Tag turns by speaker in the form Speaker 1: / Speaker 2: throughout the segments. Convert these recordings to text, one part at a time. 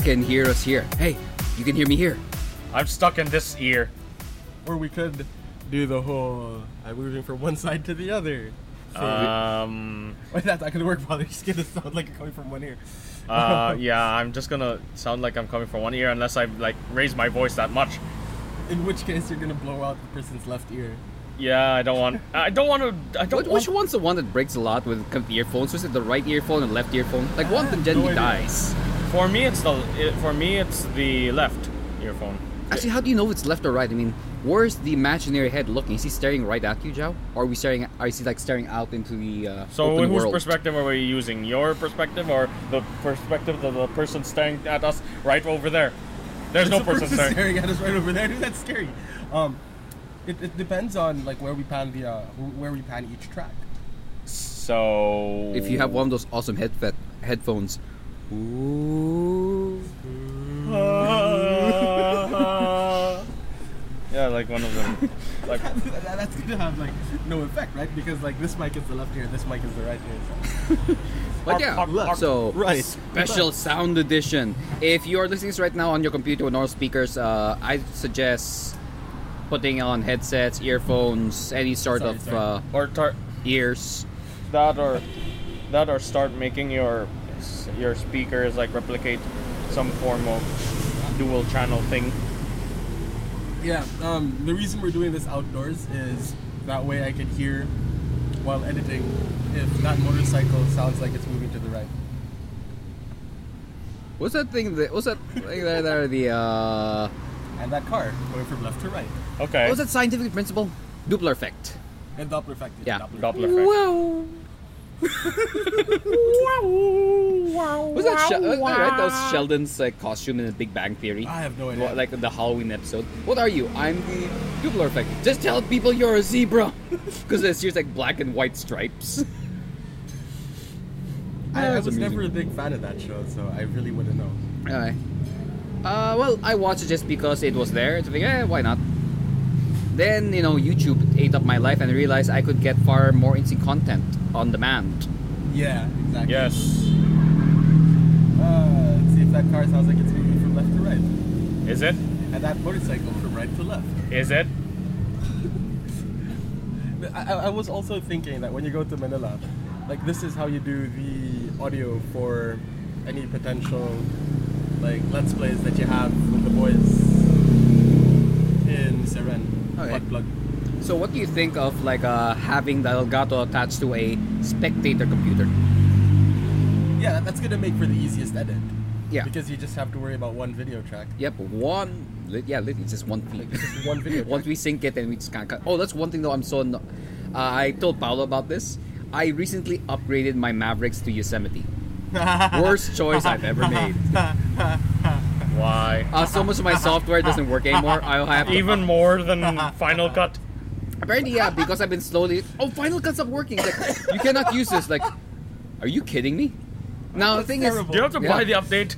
Speaker 1: can hear us here. Hey, you can hear me here.
Speaker 2: I'm stuck in this ear.
Speaker 3: Or we could do the whole I'm moving from one side to the other. So
Speaker 1: Oh, Uh.
Speaker 2: Um.
Speaker 3: we- Wait, that's not gonna work, Father. Just get the sound like you're coming from one ear.
Speaker 2: Uh, yeah, I'm just gonna sound like I'm coming from one ear unless I like raise my voice that much.
Speaker 3: In which case, you're gonna blow out the person's left ear.
Speaker 2: Yeah, I don't want. I don't want to. I don't.
Speaker 1: Which, which
Speaker 2: Want,
Speaker 1: one's the one that breaks a lot with com- earphones? Was it the right earphone and left earphone? Like one of them
Speaker 3: have
Speaker 1: generally
Speaker 3: Ah, no idea.
Speaker 1: dies.
Speaker 2: for me, it's the. It, for me, it's the left earphone.
Speaker 1: Actually, how do you know if it's left or right? I mean, where's the imaginary head looking? Is he staring right at you, Zhao? Or are we staring? Or is he like staring out into the uh,
Speaker 2: So,
Speaker 1: open
Speaker 2: whose
Speaker 1: world?
Speaker 2: perspective are we using? Your perspective or the perspective of the person staring at us right over there? There's no
Speaker 3: a
Speaker 2: person staring.
Speaker 3: staring at us right over there. Dude, that's scary. Um, it, it depends on like where we pan the uh, wh- where we pan each track.
Speaker 2: So.
Speaker 1: If you have one of those awesome head headphones. Ooh.
Speaker 2: yeah, like one of them. Like,
Speaker 3: That- that's gonna have like no effect, right? Because like this mic is the left ear, this mic is the right ear. So.
Speaker 1: But yeah,
Speaker 2: Arc, arc, arc,
Speaker 1: so
Speaker 3: right.
Speaker 1: special sound edition. If you are listening to this right now on your computer with normal speakers, uh, I suggest putting on headsets, earphones, any sort
Speaker 3: Sorry,
Speaker 1: of
Speaker 3: sorry.
Speaker 1: Uh,
Speaker 2: or tar-
Speaker 1: ears.
Speaker 2: that or that or start making your your speakers like replicate some form of dual channel thing.
Speaker 3: Yeah. Um, the reason we're doing this outdoors is that way I can hear while editing if that motorcycle sounds like it's moving to the right.
Speaker 1: What's that thing? That, what's that thing there? there the uh,
Speaker 3: And that car going from left to right.
Speaker 2: Okay.
Speaker 1: what's that scientific principle? Doppler effect.
Speaker 3: And Doppler effect.
Speaker 1: Yeah.
Speaker 3: Doppler effect.
Speaker 2: Doppler effect.
Speaker 1: Wow. Was that, Shel- was that right? That was Sheldon's like, costume in the Big Bang Theory.
Speaker 3: I have no idea.
Speaker 1: What, like the Halloween episode. What are you? I'm the Doppler effect. Just tell people you're a zebra, because it's just like black and white stripes.
Speaker 3: I,
Speaker 1: Yeah,
Speaker 3: I
Speaker 1: it's
Speaker 3: was never a
Speaker 1: amusing.
Speaker 3: big fan of that show, so I really wouldn't know.
Speaker 1: Alright. Uh, well, I watched it just because it was there. So like, eh, why not? Then you know, YouTube ate up my life, and I realized I could get far more interesting content on demand.
Speaker 3: Yeah, exactly.
Speaker 2: Yes.
Speaker 3: Uh, let's see if that car sounds like it's moving from left to right,
Speaker 2: Is it?
Speaker 3: and that motorcycle from right to left.
Speaker 2: Is it?
Speaker 3: But I, I- I was also thinking that when you go to Manila, like this is how you do the audio for any potential like let's plays that you have with the boys in Seren.
Speaker 1: Okay.
Speaker 3: Plug, plug.
Speaker 1: So, what do you think of like uh, having the Elgato attached to a spectator computer?
Speaker 3: Yeah, that- that's gonna make for the easiest edit.
Speaker 1: Yeah.
Speaker 3: Because you just have to worry about one video track.
Speaker 1: Yep, one. Li- yeah, literally, it's just one thing.
Speaker 3: Just one video.
Speaker 1: Once
Speaker 3: track.
Speaker 1: we sync it, then we just can't cut. Oh, that's one thing though. I'm so. No- uh, I told Paolo about this. I recently upgraded my Mavericks to Yosemite. Worst choice I've ever made.
Speaker 2: Why?
Speaker 1: Uh, so much of my software doesn't work anymore. I'll have to-
Speaker 2: Even more than Final Cut.
Speaker 1: apparently yeah because I've been slowly. Oh, Final Cut stopped working. It's Like, you cannot use this. Like, are you kidding me? Now the thing
Speaker 3: terrible.
Speaker 2: Do you have to buy the
Speaker 1: Yeah.
Speaker 2: update?
Speaker 1: is,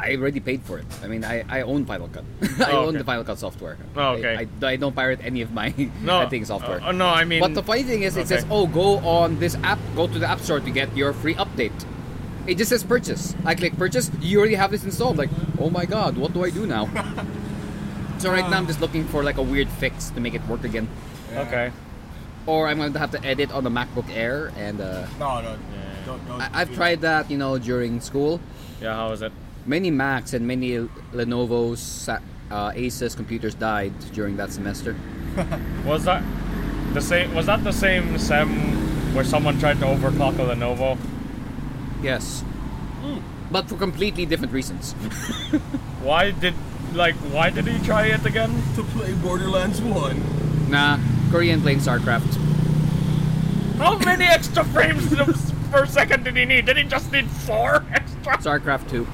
Speaker 1: I already paid for it. I mean, I, I own Final Cut. I
Speaker 2: Oh,
Speaker 1: own
Speaker 2: okay.
Speaker 1: the Final Cut software.
Speaker 2: Oh, okay.
Speaker 1: I, I, I don't pirate any of my
Speaker 2: No.
Speaker 1: I think software.
Speaker 2: Uh, uh, no, I mean.
Speaker 1: but the funny thing is, it says,
Speaker 2: okay.
Speaker 1: "Oh, go on this app. Go to the app store to get your free update." It just says purchase. I click purchase. You already have this installed. Like, oh my god, what do I do now? so right now I'm just looking for like a weird fix to make it work again,
Speaker 3: Yeah.
Speaker 2: Okay.
Speaker 1: or I'm going to have to edit on the MacBook Air. And uh,
Speaker 3: No, no, don't, don't.
Speaker 1: I- I've
Speaker 3: do
Speaker 1: tried that, you know, during school.
Speaker 2: Yeah, how is it?
Speaker 1: Many Macs and many Lenovo's, Sa- uh, Asus computers died during that semester.
Speaker 2: Was that the same? Was that the same sem where someone tried to overclock a Lenovo?
Speaker 1: Yes. But for completely different reasons.
Speaker 2: Why did like why did he try it again?
Speaker 3: to play Borderlands One.
Speaker 1: nah, Korean playing StarCraft.
Speaker 2: How many extra frames did a- per second did he need? Did he just need four extra?
Speaker 1: StarCraft 2.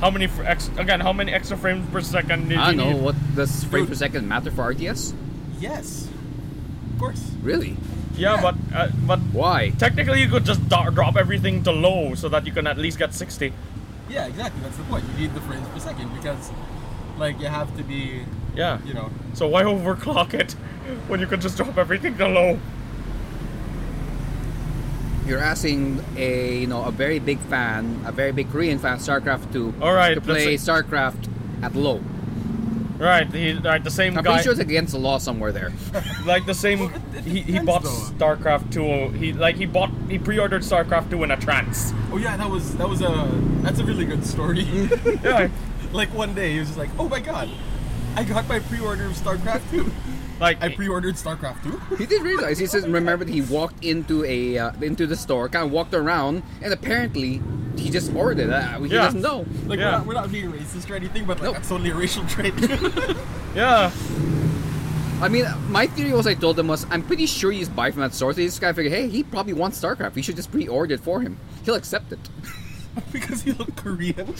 Speaker 2: How many fr- ex- again? How many extra frames per second did
Speaker 1: I
Speaker 2: he
Speaker 1: don't know
Speaker 2: need?
Speaker 1: what does frame per
Speaker 3: Dude.
Speaker 1: second matter for RTS?
Speaker 3: Yes, of course.
Speaker 1: Really?
Speaker 2: Yeah, but uh, but
Speaker 1: Why?
Speaker 2: technically you could just do- drop everything to low so that you can at least get sixty.
Speaker 3: Yeah, exactly. That's the point. You need the frames per second because, like, you have to be,
Speaker 2: Yeah.
Speaker 3: you know,
Speaker 2: So why overclock it when you could just drop everything to low?
Speaker 1: you're asking a you know a very big fan, a very big Korean fan, StarCraft two,
Speaker 2: All right,
Speaker 1: to
Speaker 2: let's
Speaker 1: play
Speaker 2: say-
Speaker 1: StarCraft at low.
Speaker 2: Right, he, right, the same
Speaker 1: I'm
Speaker 2: guy,
Speaker 1: pretty sure it's against the law somewhere there.
Speaker 2: like the same.
Speaker 3: Well, it- it
Speaker 2: he, he
Speaker 3: depends,
Speaker 2: bought
Speaker 3: though.
Speaker 2: StarCraft two. He like he bought he pre-ordered StarCraft two in a trance.
Speaker 3: Oh yeah, that was that was a that's a really good story.
Speaker 2: Yeah,
Speaker 3: like one day he was just like, oh my god, I got my pre-order of StarCraft two.
Speaker 2: like
Speaker 3: I pre-ordered StarCraft two.
Speaker 1: He did realize. He just remembered he walked into a uh, into the store, kind of walked around, and apparently he just ordered. Uh, he
Speaker 2: Yeah.
Speaker 1: doesn't know.
Speaker 3: Like we're,
Speaker 2: Yeah.
Speaker 3: not, we're not being racist or anything, but like
Speaker 1: No.
Speaker 3: that's only a racial trait.
Speaker 2: yeah,
Speaker 1: I mean, my theory was I told them was I'm pretty sure he's buy from that source. They just kind of figured, hey, he probably wants StarCraft. We should just pre-order it for him. He'll accept it.
Speaker 3: because he looked Korean.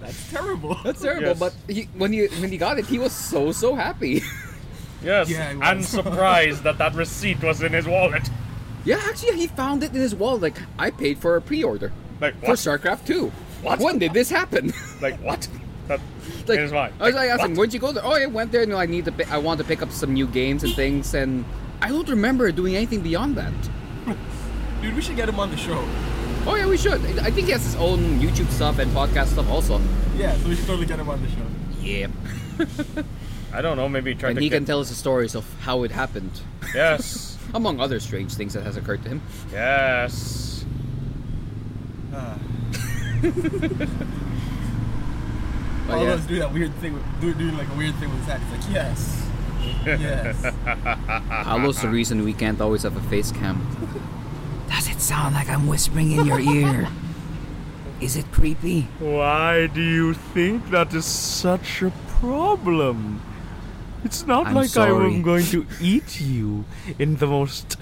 Speaker 3: that's terrible.
Speaker 1: That's terrible.
Speaker 2: Yes.
Speaker 1: But he, when he when he got it, he was so so happy.
Speaker 2: yes.
Speaker 3: Yeah, it
Speaker 2: I'm
Speaker 3: was.
Speaker 2: surprised that that receipt was in his wallet.
Speaker 1: yeah, actually, he found it in his wallet. Like I paid for a pre-order
Speaker 2: Like
Speaker 1: for
Speaker 2: what?
Speaker 1: StarCraft Two.
Speaker 2: What?
Speaker 1: When did this happen?
Speaker 2: Like what? That
Speaker 1: like,
Speaker 2: it is mine.
Speaker 1: I was like asking, where'd you go? There? Oh, I went there. No, I need to. Pi- I want to pick up some new games and things, and I don't remember doing anything beyond that.
Speaker 3: Dude, we should get him on the show.
Speaker 1: Oh yeah, we should. I think he has his own YouTube stuff and podcast stuff also.
Speaker 3: Yeah, so we should totally get him on the show.
Speaker 1: Yeah,
Speaker 2: I don't know. Maybe try
Speaker 1: and
Speaker 2: to
Speaker 1: he
Speaker 2: get.
Speaker 1: can tell us the stories of how it happened,
Speaker 2: Yes,
Speaker 1: among other strange things that has occurred to him.
Speaker 2: yes.
Speaker 3: Ah.
Speaker 1: But
Speaker 3: All
Speaker 1: yeah.
Speaker 3: of us do that weird thing, with, do, doing like a weird thing with his head. It's like yes, yes.
Speaker 2: uh,
Speaker 1: Paolo's the reason we can't always have a face cam. Does it sound like I'm whispering in your ear? Is it creepy?
Speaker 2: Why do you think that is such a problem? It's not
Speaker 1: I'm
Speaker 2: like I
Speaker 1: sorry.
Speaker 2: am going to eat you in the most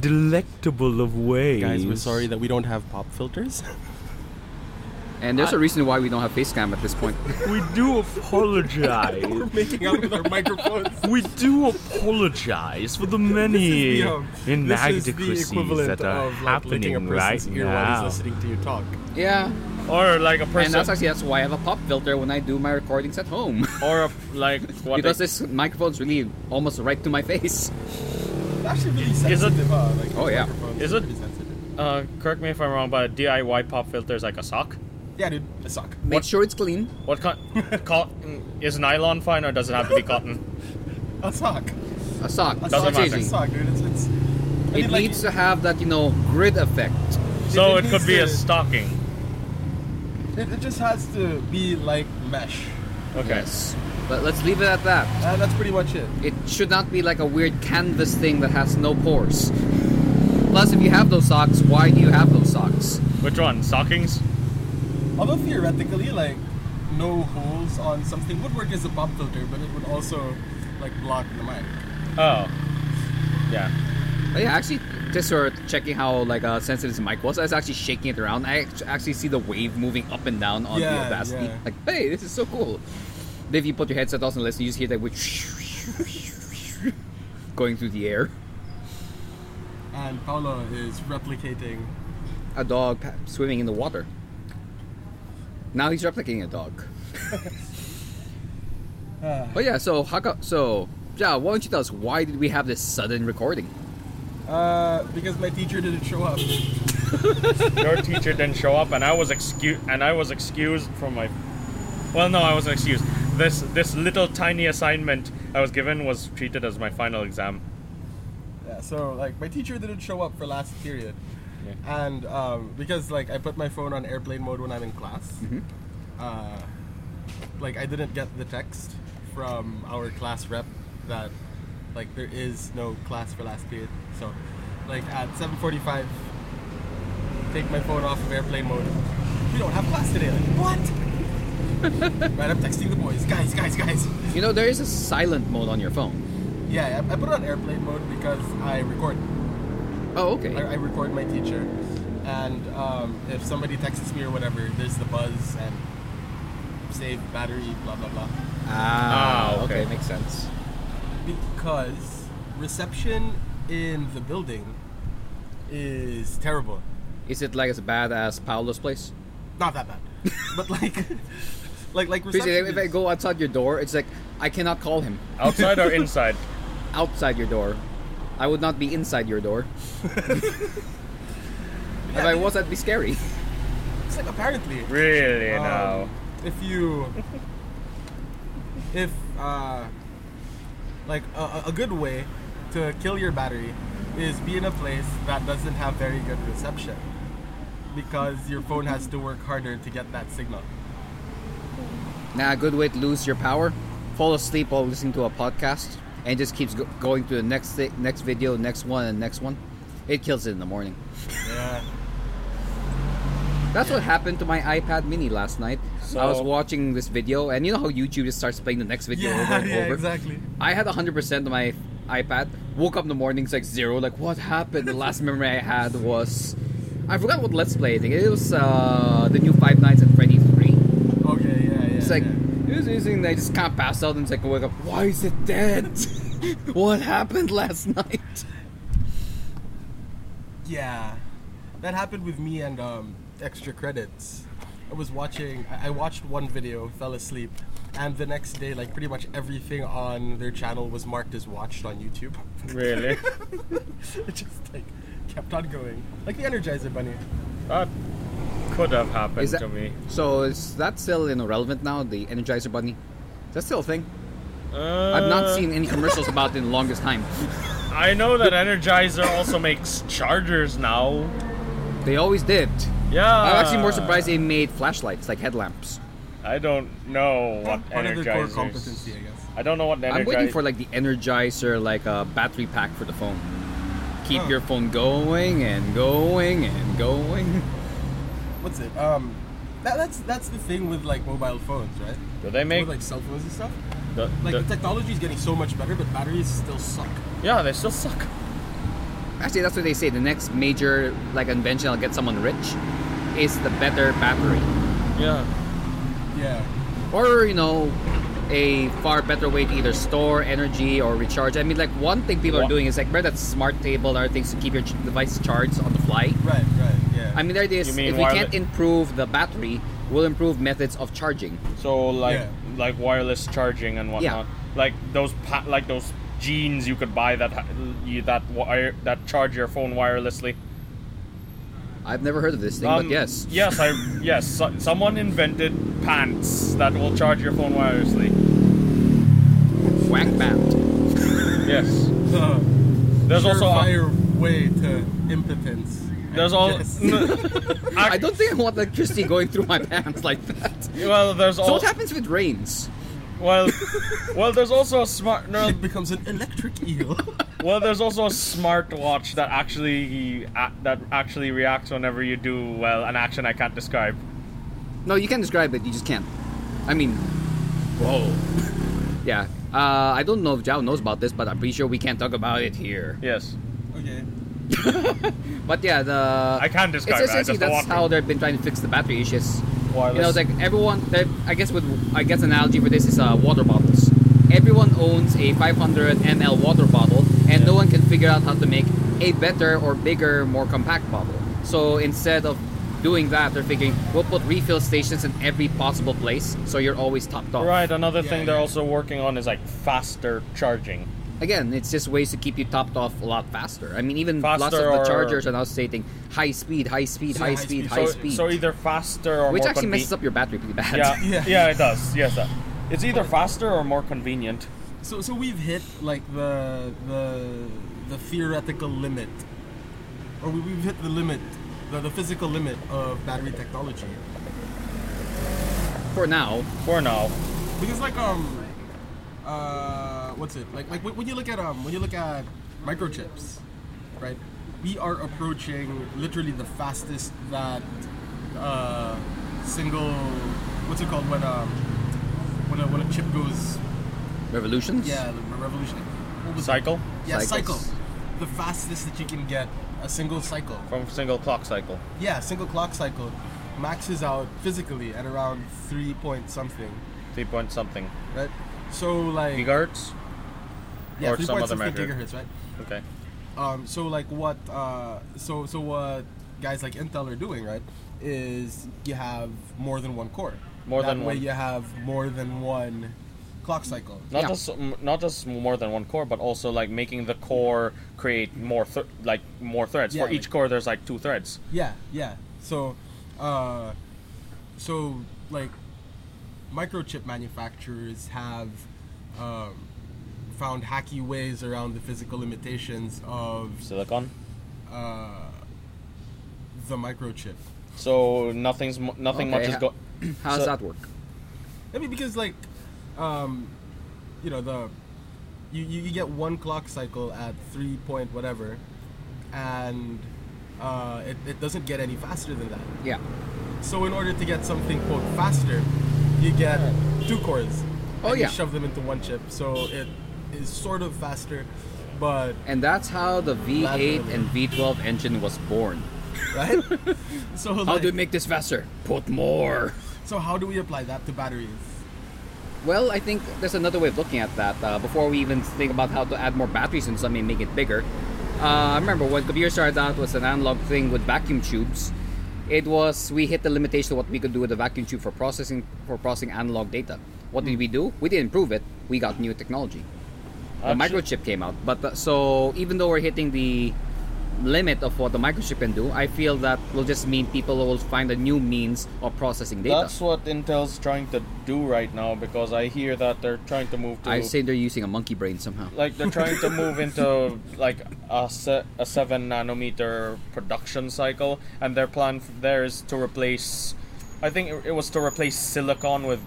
Speaker 2: delectable of ways.
Speaker 3: that we don't have pop filters.
Speaker 1: And there's a reason why we don't have face cam at this point.
Speaker 2: We do apologize.
Speaker 3: We're making out with our microphones.
Speaker 2: we do apologize for the
Speaker 3: This
Speaker 2: many
Speaker 3: is the, um, this is
Speaker 2: inadequacies
Speaker 3: the equivalent
Speaker 2: that are
Speaker 3: of like licking a
Speaker 2: happening right
Speaker 3: person's ear while he's
Speaker 2: now.
Speaker 3: listening to you talk.
Speaker 1: Yeah,
Speaker 2: Or like a
Speaker 1: and that's actually that's why I have a pop filter when I do my recordings at home
Speaker 2: or a, like what?
Speaker 1: because
Speaker 2: they-
Speaker 1: this microphone's really almost right to my face.
Speaker 3: It's actually really
Speaker 2: it-
Speaker 3: sensitive. huh? Like,
Speaker 1: Oh, yeah.
Speaker 3: microphones
Speaker 2: Is
Speaker 3: are
Speaker 2: it-
Speaker 3: pretty sensitive?
Speaker 2: uh, correct me if I'm wrong, but a DIY pop filter is like a sock.
Speaker 3: Yeah, dude, a sock.
Speaker 1: Make sure it's clean.
Speaker 2: What kind? cotton is nylon fine, or does it have to be cotton?
Speaker 3: A sock.
Speaker 1: A sock.
Speaker 3: A
Speaker 2: Doesn't
Speaker 3: sock.
Speaker 1: it's
Speaker 2: matter.
Speaker 3: A
Speaker 1: easy.
Speaker 3: sock, dude. It's, it's, I mean,
Speaker 1: It
Speaker 3: like,
Speaker 1: needs to have that you know grid effect.
Speaker 2: So
Speaker 3: it
Speaker 2: it could
Speaker 3: needs
Speaker 2: be a
Speaker 3: to-
Speaker 2: stocking.
Speaker 3: It, it just has to be like mesh.
Speaker 2: Okay.
Speaker 1: Yes. But let's leave it at that.
Speaker 3: Uh, that's pretty much it.
Speaker 1: It should not be like a weird canvas thing that has no pores. Plus, if you have those socks, why do you have those socks?
Speaker 2: Which one? Stockings?
Speaker 3: Although theoretically, like no holes on something would work as a pop filter, but it would also like block the mic.
Speaker 2: Oh. Yeah.
Speaker 1: But yeah, actually, just sort of checking how like uh, sensitive this mic was. I was actually shaking it around. I act- actually see the wave moving up and down on the
Speaker 3: Yeah,
Speaker 1: Audacity.
Speaker 3: yeah.
Speaker 1: Like, hey, this is so cool. Then if you put your headset on and listen, you just hear that which going through the air.
Speaker 3: And Paolo is replicating.
Speaker 1: A dog pa- swimming in the water. Now he's replicating a dog.
Speaker 3: Uh,
Speaker 1: But yeah, so how co- so yeah, why don't you tell us why did we have this sudden recording?
Speaker 3: uh, because my teacher didn't show up.
Speaker 2: Your teacher didn't show up, and I was excused. And I was excused from my. Well, no, I wasn't excused. This this little tiny assignment I was given was treated as my final exam.
Speaker 3: Yeah, so like my teacher didn't show up for last period,
Speaker 2: Yeah.
Speaker 3: and um, because like I put my phone on airplane mode when I'm in class, uh, like I didn't get the text from our class rep that like there is no class for last period. So like at 7:45, take my phone off of airplane mode. We don't have class today. Like what? right, I'm texting the boys, guys, guys, guys.
Speaker 1: You know, there is a silent mode on your phone.
Speaker 3: Yeah, I, I put it on airplane mode because I record.
Speaker 1: Oh, okay.
Speaker 3: I, I record my teacher, and um, if somebody texts me or whatever, there's the buzz and save battery, blah blah blah.
Speaker 1: Ah,
Speaker 2: Ah, okay.
Speaker 1: okay, makes sense.
Speaker 3: Because reception in the building is terrible.
Speaker 1: Is it like as bad as Paolo's place?
Speaker 3: Not that bad, but like, like like
Speaker 1: Because
Speaker 3: reception.
Speaker 1: if I
Speaker 3: is-
Speaker 1: go outside your door, it's like I cannot call him
Speaker 2: Outside or inside?
Speaker 1: outside your door. I would not be inside your door. If I was, I'd be scary.
Speaker 3: It's like apparently.
Speaker 2: Really
Speaker 3: Um,
Speaker 2: now.
Speaker 3: If you, if uh, like a, a- a good way to kill your battery is be in a place that doesn't have very good reception, because your phone has to work harder to get that signal.
Speaker 1: Nah, good way to lose your power. Fall asleep while listening to a podcast, and just keeps go- going to the next thi- next video, next one, and next one. It kills it in the morning.
Speaker 3: Yeah.
Speaker 1: That's what happened to my iPad Mini last night. I was
Speaker 2: So-
Speaker 1: watching this video, and you know how YouTube just starts playing the next video over
Speaker 3: Yeah.
Speaker 1: and
Speaker 3: Yeah.
Speaker 1: over.
Speaker 3: Exactly.
Speaker 1: I had 100% of my iPad. Woke up in the morning, it's like zero. Like, what happened? The last memory I had was. I forgot what Let's Play I think It was uh, the new Five Nights at Freddy's 3.
Speaker 3: Okay. Yeah. Yeah.
Speaker 1: It's like,
Speaker 3: yeah.
Speaker 1: it was using, I just can't pass out and it's like, wake up, why is it dead? what happened last night?
Speaker 3: Yeah, that happened with me and um, extra credits. I was watching. I I watched one video, fell asleep, and the next day, like pretty much everything on their channel was marked as watched on YouTube.
Speaker 2: Really?
Speaker 3: it just like kept on going, like the Energizer Bunny.
Speaker 2: that could have happened
Speaker 1: Is that,
Speaker 2: to me.
Speaker 1: So is that still you know, relevant now, the Energizer Bunny? Is that still a thing?
Speaker 2: Uh,
Speaker 1: I've not seen any commercials about it in the longest time.
Speaker 2: I know that Energizer also makes chargers now.
Speaker 1: They always did.
Speaker 2: Yeah.
Speaker 1: I'm actually
Speaker 2: Uh.
Speaker 1: more surprised they made flashlights, like headlamps.
Speaker 2: I don't know what
Speaker 3: Part of their core
Speaker 2: Energizers-
Speaker 3: competency, I guess.
Speaker 2: I don't know what Energizer.
Speaker 1: I'm waiting for like the Energizer, like a battery pack for the phone. Keep
Speaker 3: Huh.
Speaker 1: your phone going and going and going.
Speaker 3: What's it? Um, that, that's that's the thing with like mobile phones, right?
Speaker 2: Do they make
Speaker 3: with like cell phones and stuff.
Speaker 2: the,
Speaker 3: Like
Speaker 2: the-
Speaker 3: the technology is getting so much better, but batteries still suck.
Speaker 2: Yeah, they still suck.
Speaker 1: Actually, that's what they say. The next major like invention that'll get someone rich is the better battery,
Speaker 2: Yeah.
Speaker 3: Yeah.
Speaker 1: or you know, a far better way to either store energy or recharge. I mean, like one thing people
Speaker 2: Wha-
Speaker 1: are doing is like remember that smart table or things to keep your ch- device charged on the fly.
Speaker 3: Right. Right. Yeah.
Speaker 1: I mean, the idea is
Speaker 2: You mean
Speaker 1: if we
Speaker 2: wireless-
Speaker 1: can't improve the battery, we'll improve methods of charging.
Speaker 2: So like
Speaker 3: Yeah.
Speaker 2: like wireless charging and whatnot. Like those pa- like those jeans you could buy that ha- you, that wire that charge your phone wirelessly.
Speaker 1: I've never heard of this thing,
Speaker 2: Um,
Speaker 1: but yes,
Speaker 2: Yes, I yes. So, someone invented pants that will charge your phone wirelessly.
Speaker 1: whack band.
Speaker 2: Yes.
Speaker 3: Uh,
Speaker 2: There's also a-
Speaker 3: fire way to impotence. I
Speaker 2: There's all.
Speaker 3: guess.
Speaker 1: I don't think I want electricity going through my pants like that.
Speaker 2: well, there's
Speaker 1: So
Speaker 2: all.
Speaker 1: what happens if it rains?
Speaker 2: well, well, there's also a smart. No,
Speaker 3: it becomes an electric eel.
Speaker 2: well, there's also a smart watch that actually a that actually reacts whenever you do well an action I can't describe.
Speaker 1: No, you can describe it. You just can't. I mean, whoa. yeah. Uh, I don't know if Jao knows about this, but I'm pretty sure we can't talk about it here.
Speaker 2: Yes,
Speaker 3: okay.
Speaker 1: But yeah, the
Speaker 2: I can describe it, I
Speaker 1: It's essentially
Speaker 2: just don't
Speaker 1: that's
Speaker 2: want to.
Speaker 1: how they've been trying to fix the battery issues. You know, it's
Speaker 2: Wireless.
Speaker 1: like everyone. they've- I guess with I guess an analogy for this is uh, water bottles. Everyone owns a 500 ml water bottle, and no one can figure out how to make a better or bigger, more compact bottle. So instead of doing that, they're thinking we'll put refill stations in every possible place, so you're always topped off.
Speaker 2: Right. Another
Speaker 3: Yeah,
Speaker 2: thing they're
Speaker 3: yeah.
Speaker 2: also working on is like faster charging.
Speaker 1: Again, it's just ways to keep you topped off a lot faster. I mean, even lots
Speaker 2: Faster
Speaker 1: of the
Speaker 2: or-
Speaker 1: chargers are now stating high speed, high speed,
Speaker 3: Yeah,
Speaker 1: high,
Speaker 3: high
Speaker 1: speed,
Speaker 3: speed.
Speaker 1: high
Speaker 2: so,
Speaker 1: speed,
Speaker 2: so either faster or
Speaker 1: which
Speaker 2: more
Speaker 1: actually
Speaker 2: conven-
Speaker 1: messes up your battery pretty bad.
Speaker 2: Yeah, yeah,
Speaker 3: Yeah.
Speaker 2: it does. Yes, that. It's either faster or more convenient.
Speaker 3: So so we've hit like the the the theoretical limit, or we, we've hit the limit, the, the physical limit of battery technology.
Speaker 1: For now,
Speaker 2: For now,
Speaker 3: Because like um, uh, what's it like like when when you look at um when you look at microchips, right? We are approaching literally the fastest that uh, single what's it called when um when a, when a chip goes
Speaker 1: revolutions.
Speaker 3: yeah the revolution what was it?
Speaker 2: cycle
Speaker 3: yeah
Speaker 1: Cycles.
Speaker 3: cycle the fastest that you can get a single cycle
Speaker 2: from single clock cycle.
Speaker 3: yeah single clock cycle maxes out physically at around three point something
Speaker 2: Three point something
Speaker 3: right so like
Speaker 2: gigahertz.
Speaker 3: yeah
Speaker 2: or
Speaker 3: three
Speaker 2: some
Speaker 3: point
Speaker 2: other
Speaker 3: something
Speaker 2: metric.
Speaker 3: gigahertz right
Speaker 2: Okay.
Speaker 3: Um, so like what uh, so so what guys like Intel are doing right is you have more than one core.
Speaker 2: More
Speaker 3: that
Speaker 2: than
Speaker 3: way
Speaker 2: one.
Speaker 3: you have more than one clock cycle.
Speaker 2: Not
Speaker 1: Yeah.
Speaker 2: just m- not just more than one core, but also like making the core create more th- like more threads.
Speaker 3: Yeah,
Speaker 2: For each
Speaker 3: like-
Speaker 2: core, there's like two threads.
Speaker 3: Yeah, yeah. So, uh, so like microchip manufacturers have um, found hacky ways around the physical limitations of
Speaker 2: Silicon.
Speaker 3: uh, the microchip.
Speaker 2: So nothing's mo- nothing
Speaker 1: Okay,
Speaker 2: much is
Speaker 1: ho-
Speaker 2: go.
Speaker 1: How does
Speaker 2: So-
Speaker 1: that work?
Speaker 3: I mean, because like, um, you know, the you, you, you get one clock cycle at three point whatever, and uh, it, it doesn't get any faster than that.
Speaker 1: Yeah.
Speaker 3: So in order to get something quote faster, you get two cores.
Speaker 1: Oh,
Speaker 3: and
Speaker 1: yeah.
Speaker 3: You shove them into one chip, so it is sort of faster, but
Speaker 1: And that's how the V8
Speaker 3: Laterally.
Speaker 1: and V12 engine was born.
Speaker 3: right. so like,
Speaker 1: How do we make this faster? Put more.
Speaker 3: so how do we apply that to batteries?
Speaker 1: Well, I think there's another way of looking at that. Uh, before we even think about how to add more batteries and something, make it bigger. Uh, I remember when computer started out it was an analog thing with vacuum tubes. It was we hit the limitation of what we could do with a vacuum tube for processing for processing analog data. What did we do? We didn't improve it. We got new technology. The
Speaker 2: Actu-
Speaker 1: microchip came out, but uh, so even though we're hitting the limit of what the microchip can do, I feel that will just mean people will find a new means of processing data.
Speaker 2: That's what Intel's trying to do right now because I hear that they're trying to move to
Speaker 1: I say they're using a monkey brain somehow.
Speaker 2: like they're trying to move into like a, se- a seven nanometer production cycle, and their plan f- there is to replace. I think it, it was to replace silicon with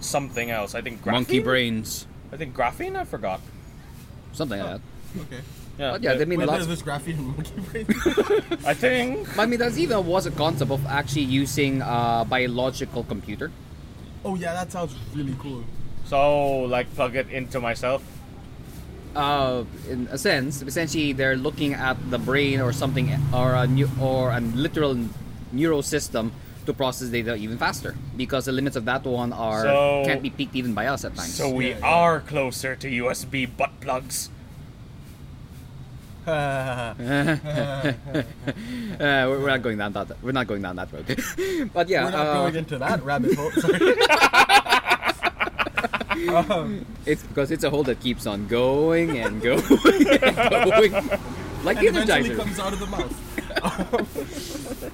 Speaker 2: something else. I think graphene.
Speaker 1: Monkey brains.
Speaker 2: I think graphene. I forgot.
Speaker 1: Something like that.
Speaker 3: Okay.
Speaker 2: Yeah.
Speaker 1: But yeah, they
Speaker 2: it-
Speaker 1: mean
Speaker 3: Wait,
Speaker 1: lots.
Speaker 3: there's this graphene monkey brain.
Speaker 2: I think.
Speaker 1: I mean, that's even was a concept of actually using a biological computer.
Speaker 3: oh yeah, that sounds really cool.
Speaker 2: So like plug it into myself.
Speaker 1: Uh, in a sense, essentially, they're looking at the brain or something, or a new, or a literal neural system to process data even faster because the limits of that one are
Speaker 2: So-
Speaker 1: can't be peaked even by us at times.
Speaker 2: So we
Speaker 3: Yeah, yeah.
Speaker 2: are closer to USB butt plugs.
Speaker 1: Uh, we're, we're not going down that. We're not going down that road. but yeah,
Speaker 3: We're not
Speaker 1: uh,
Speaker 3: going into that rabbit hole. Sorry. um,
Speaker 1: it's because it's a hole that keeps on going and going and going, like
Speaker 3: and
Speaker 1: the
Speaker 3: eventually
Speaker 1: Energizer.
Speaker 3: comes out of the mouth.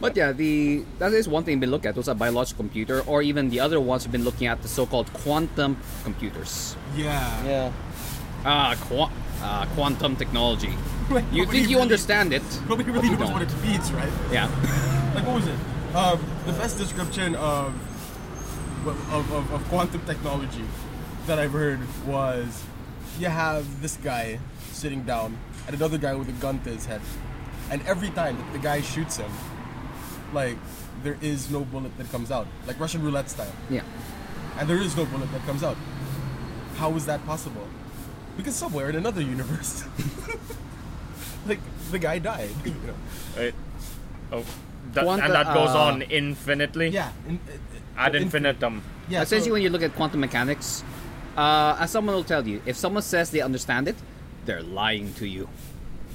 Speaker 1: But yeah, the that is one thing we look at. Was a biological computer, or even the other ones we've been looking at the so-called quantum computers.
Speaker 3: Yeah.
Speaker 2: Yeah.
Speaker 1: Ah, qua- ah, quantum technology.
Speaker 3: Like,
Speaker 1: You
Speaker 3: nobody
Speaker 1: think you
Speaker 3: really-
Speaker 1: understand it?
Speaker 3: Nobody
Speaker 1: but
Speaker 3: really
Speaker 1: you
Speaker 3: knows what
Speaker 1: don't.
Speaker 3: it means, right?
Speaker 1: Yeah.
Speaker 3: like what was it? Um, the best description of of, of of quantum technology that I've heard was you have this guy sitting down and another guy with a gun to his head, and every time that the guy shoots him, like there is no bullet that comes out, like Russian roulette style,
Speaker 1: Yeah.
Speaker 3: and there is no bullet that comes out. How is that possible? Because somewhere in another universe, like the guy died. You know?
Speaker 2: Right. Oh. That,
Speaker 1: Quanta-
Speaker 2: and that goes
Speaker 1: uh,
Speaker 2: on infinitely.
Speaker 3: Yeah. in-
Speaker 2: Ad
Speaker 3: in-
Speaker 2: infinitum.
Speaker 3: Yeah. so-
Speaker 1: Essentially, when you look at quantum mechanics, uh, as someone will tell you, if someone says they understand it, they're lying to you.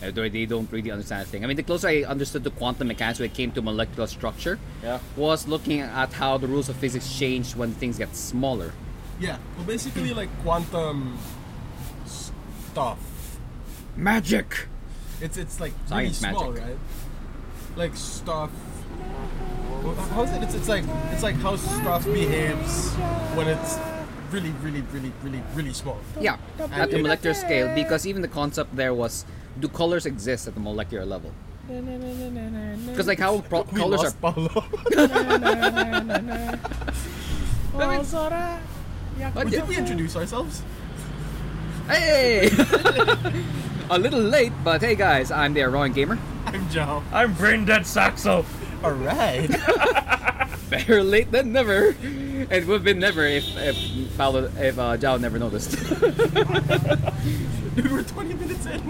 Speaker 1: Uh, They they don't really understand the thing. I mean, the closer I understood to quantum mechanics when it came to molecular structure,
Speaker 2: Yeah.
Speaker 1: was looking at how the rules of physics change when things get smaller.
Speaker 3: Yeah, well, basically, like quantum stuff.
Speaker 1: Magic.
Speaker 3: It's it's like
Speaker 1: Science
Speaker 3: really small,
Speaker 1: magic.
Speaker 3: right? Like stuff. well, How is it? It's, it's like it's like how stuff behaves when it's really, really, really, really, really small.
Speaker 1: Yeah,
Speaker 3: And
Speaker 1: at the
Speaker 3: it-
Speaker 1: molecular scale, because even the concept there was do colors exist at the molecular level? Because, like, how pro-
Speaker 3: We
Speaker 1: colors are.
Speaker 3: lost Paolo.
Speaker 1: But
Speaker 3: Well,
Speaker 1: yeah.
Speaker 3: Did we introduce ourselves?
Speaker 1: Hey! A little late, but hey guys, I'm the Rowan Gamer.
Speaker 3: I'm Jao.
Speaker 2: I'm brain dead Saxo.
Speaker 3: All right.
Speaker 1: Better late than never. It would have been never if if Paolo, if uh, Jao never noticed.
Speaker 3: Dude, we're 20 minutes in.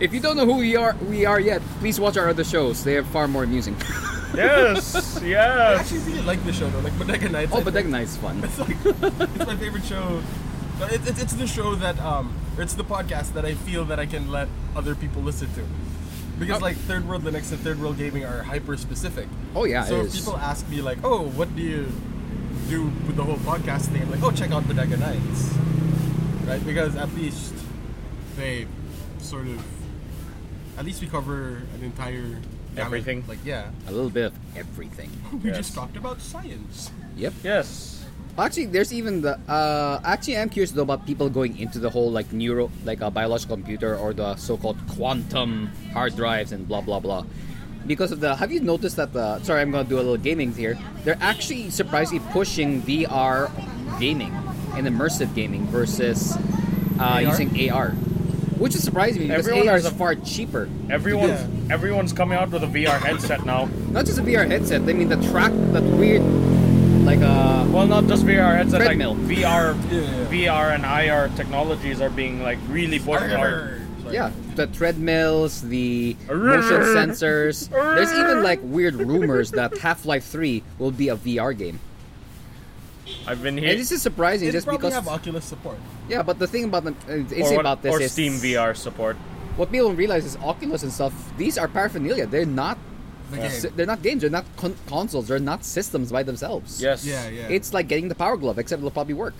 Speaker 1: if you don't know who we are, we are yet. Please watch our other shows. They are far more amusing.
Speaker 2: Yes,
Speaker 3: I
Speaker 2: yes.
Speaker 3: actually really like the show though, like Bodega Nights.
Speaker 1: oh,
Speaker 3: I
Speaker 1: but
Speaker 3: think-
Speaker 1: that night's fun.
Speaker 3: It's like it's my favorite show. No, It, it, it's the show that um, or it's the podcast that I feel that I can let other people listen to, because
Speaker 1: Oh.
Speaker 3: like Third World Linux and Third World Gaming are hyper specific.
Speaker 1: Oh yeah,
Speaker 3: so
Speaker 1: it
Speaker 3: if
Speaker 1: is.
Speaker 3: people ask me like, oh, what do you do with the whole podcast thing. I'm like, oh, check out Bodega Nights, right? Because at least they sort of, at least we cover an entire gamut.
Speaker 2: Everything.
Speaker 3: Like, yeah,
Speaker 1: A little bit of everything.
Speaker 3: we
Speaker 2: Yes.
Speaker 3: just talked about science.
Speaker 1: Yep.
Speaker 2: Yes.
Speaker 1: Actually, there's even the. Uh, actually, I'm curious though about people going into the whole like neuro, like a biological computer or the so-called quantum hard drives and blah blah blah. Because of the, have you noticed that the? Sorry, I'm gonna do a little gaming here. They're actually surprisingly pushing VR gaming and immersive gaming versus uh,
Speaker 3: AR?
Speaker 1: using AR, which is surprising me because
Speaker 2: Everyone
Speaker 1: AR
Speaker 2: has
Speaker 1: is
Speaker 2: a-
Speaker 1: far cheaper.
Speaker 2: Everyone's everyone's coming out with a VR headset now.
Speaker 1: Not just a VR headset. I mean the track, that weird, like uh,
Speaker 2: Well, not just VR headset, like
Speaker 1: Treadmill.
Speaker 2: VR,
Speaker 3: Yeah, yeah, yeah.
Speaker 2: VR and IR technologies are being like really pushed hard.
Speaker 3: Sorry.
Speaker 1: Yeah, the treadmills, the motion sensors. There's even like weird rumors that Half-Life 3 will be a VR game.
Speaker 2: I've been
Speaker 1: And
Speaker 2: here.
Speaker 1: this is surprising
Speaker 3: They
Speaker 1: just
Speaker 3: probably
Speaker 1: because
Speaker 3: have Oculus support.
Speaker 1: Yeah, but the thing about them uh, they
Speaker 2: Or,
Speaker 1: say
Speaker 2: what-
Speaker 1: about this
Speaker 2: or
Speaker 1: is
Speaker 2: Steam VR support.
Speaker 1: What people don't realize is Oculus and stuff, these are paraphernalia. They're not
Speaker 3: The
Speaker 2: Yeah.
Speaker 3: game.
Speaker 1: they're not games, they're not con- consoles, they're not systems by themselves.
Speaker 2: Yes.
Speaker 3: Yeah, yeah.
Speaker 1: It's like getting the power glove except it'll probably work.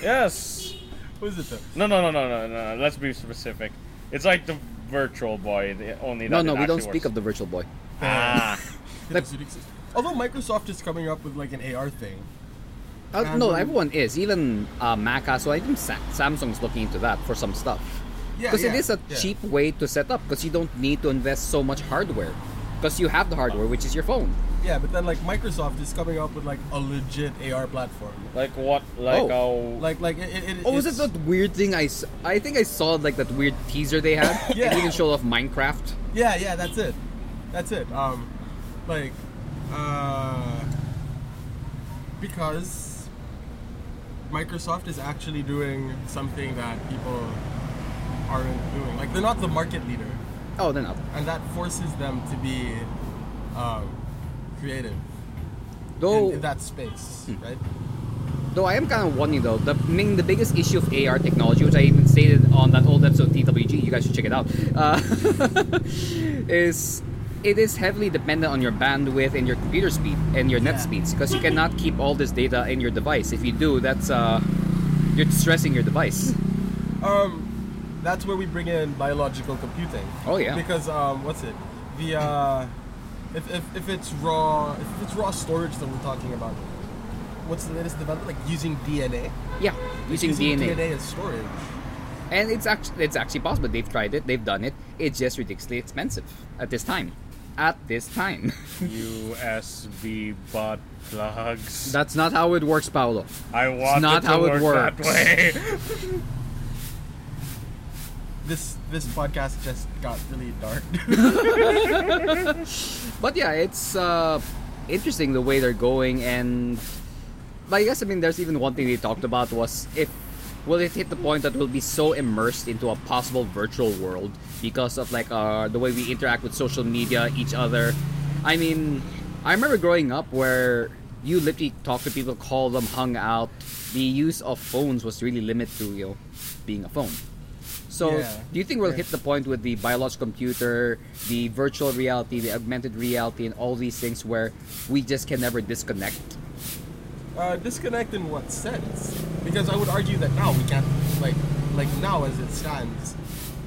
Speaker 2: Yes.
Speaker 3: what is it though?
Speaker 2: No, no, no, no, no, no. no. Let's be specific. It's like the Virtual Boy. The only
Speaker 1: No,
Speaker 2: that
Speaker 1: no,
Speaker 2: it
Speaker 1: we don't
Speaker 2: actually
Speaker 1: speak of
Speaker 2: works.
Speaker 1: the virtual boy.
Speaker 2: Ah.
Speaker 3: It
Speaker 1: Like-
Speaker 3: doesn't exist. Although Microsoft is coming up with like an AR thing.
Speaker 1: Uh, no,
Speaker 3: Um,
Speaker 1: everyone is. Even uh, Mac as well. Even Sa- Samsung's looking into that for some stuff.
Speaker 3: Yeah,
Speaker 1: Because
Speaker 3: yeah,
Speaker 1: it is a
Speaker 3: yeah.
Speaker 1: cheap way to set up. Because you don't need to invest so much hardware. Because you have the hardware, which is your phone.
Speaker 3: Yeah, but then like Microsoft is coming up with like a legit AR platform.
Speaker 2: like what? Like
Speaker 1: Oh.
Speaker 2: oh.
Speaker 3: Like like it. it
Speaker 1: Oh, was it
Speaker 3: it's-
Speaker 1: that weird thing I? s- I think I saw like that weird teaser they had.
Speaker 3: Yeah.
Speaker 1: It even showed off Minecraft.
Speaker 3: Yeah, yeah, that's it. That's it. Um, like, uh, because Microsoft is actually doing something that people aren't doing. Like, they're not the market leader,
Speaker 1: Oh, they're not.
Speaker 3: and that forces them to be um, creative
Speaker 1: Though,
Speaker 3: in, in that space, right?
Speaker 1: though I am kind of wondering though. The I mean, the biggest issue of AR technology, which I even stated on that old episode of TWG, you guys should check it out, uh, is it is heavily dependent on your bandwidth and your computer speed and your net
Speaker 3: Yeah.
Speaker 1: speeds because you cannot keep all this data in your device. If you do, that's uh, you're stressing your device.
Speaker 3: Um, that's where we bring in biological computing.
Speaker 1: Oh, yeah.
Speaker 3: Because um, what's it? The uh, if, if, if it's raw if it's raw storage that we're talking about, what's the latest development? Like using DNA.
Speaker 1: Yeah, using, DNA.
Speaker 3: as storage.
Speaker 1: and it's actually it's actually possible. They've tried it, they've done it. It's just ridiculously expensive at this time. At this time,
Speaker 2: USB butt plugs.
Speaker 1: that's not how it works, Paolo.
Speaker 2: I want
Speaker 1: not
Speaker 2: it to
Speaker 1: how it
Speaker 2: work
Speaker 1: works.
Speaker 2: that way.
Speaker 3: This this podcast just got really dark.
Speaker 1: But yeah, it's uh, interesting the way they're going, and but I guess I mean there's even one thing they talked about was if will it hit the point that we'll be so immersed into a possible virtual world because of like uh, the way we interact with social media, each other. I mean, I remember growing up where you literally talk to people, call them, hung out. The use of phones was really limited to you know, being a phone. So,
Speaker 3: Yeah.
Speaker 1: do you think we'll
Speaker 3: Yeah.
Speaker 1: hit the point with the biological computer, the virtual reality, the augmented reality, and all these things where we just can never disconnect?
Speaker 3: uh, disconnect in what sense? Because I would argue that now we can't like like now as it stands,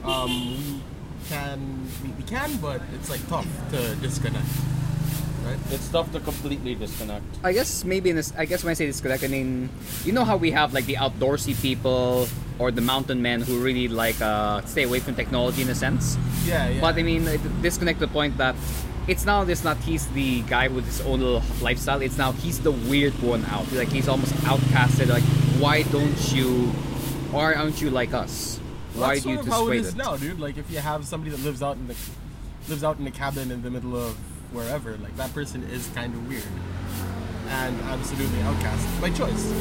Speaker 3: um, we can we, we can, but it's like tough to disconnect, right?
Speaker 2: It's tough to completely disconnect.
Speaker 1: I guess maybe in this. I guess when I say disconnect, I mean you know how we have like the outdoorsy people or the mountain men who really like uh, stay away from technology in a sense.
Speaker 3: Yeah, yeah.
Speaker 1: But I mean, it, disconnect to the point that it's now this not he's the guy with his own little lifestyle. It's now he's the weird one out. Like he's almost outcasted. Like why don't you? Why aren't you like us?
Speaker 3: Well,
Speaker 1: Why
Speaker 3: that's
Speaker 1: do you
Speaker 3: sort of how it
Speaker 1: dissuade
Speaker 3: is now, dude. Like if you have somebody that lives out in the lives out in a cabin in the middle of wherever, like that person is kind of weird and absolutely outcast by choice.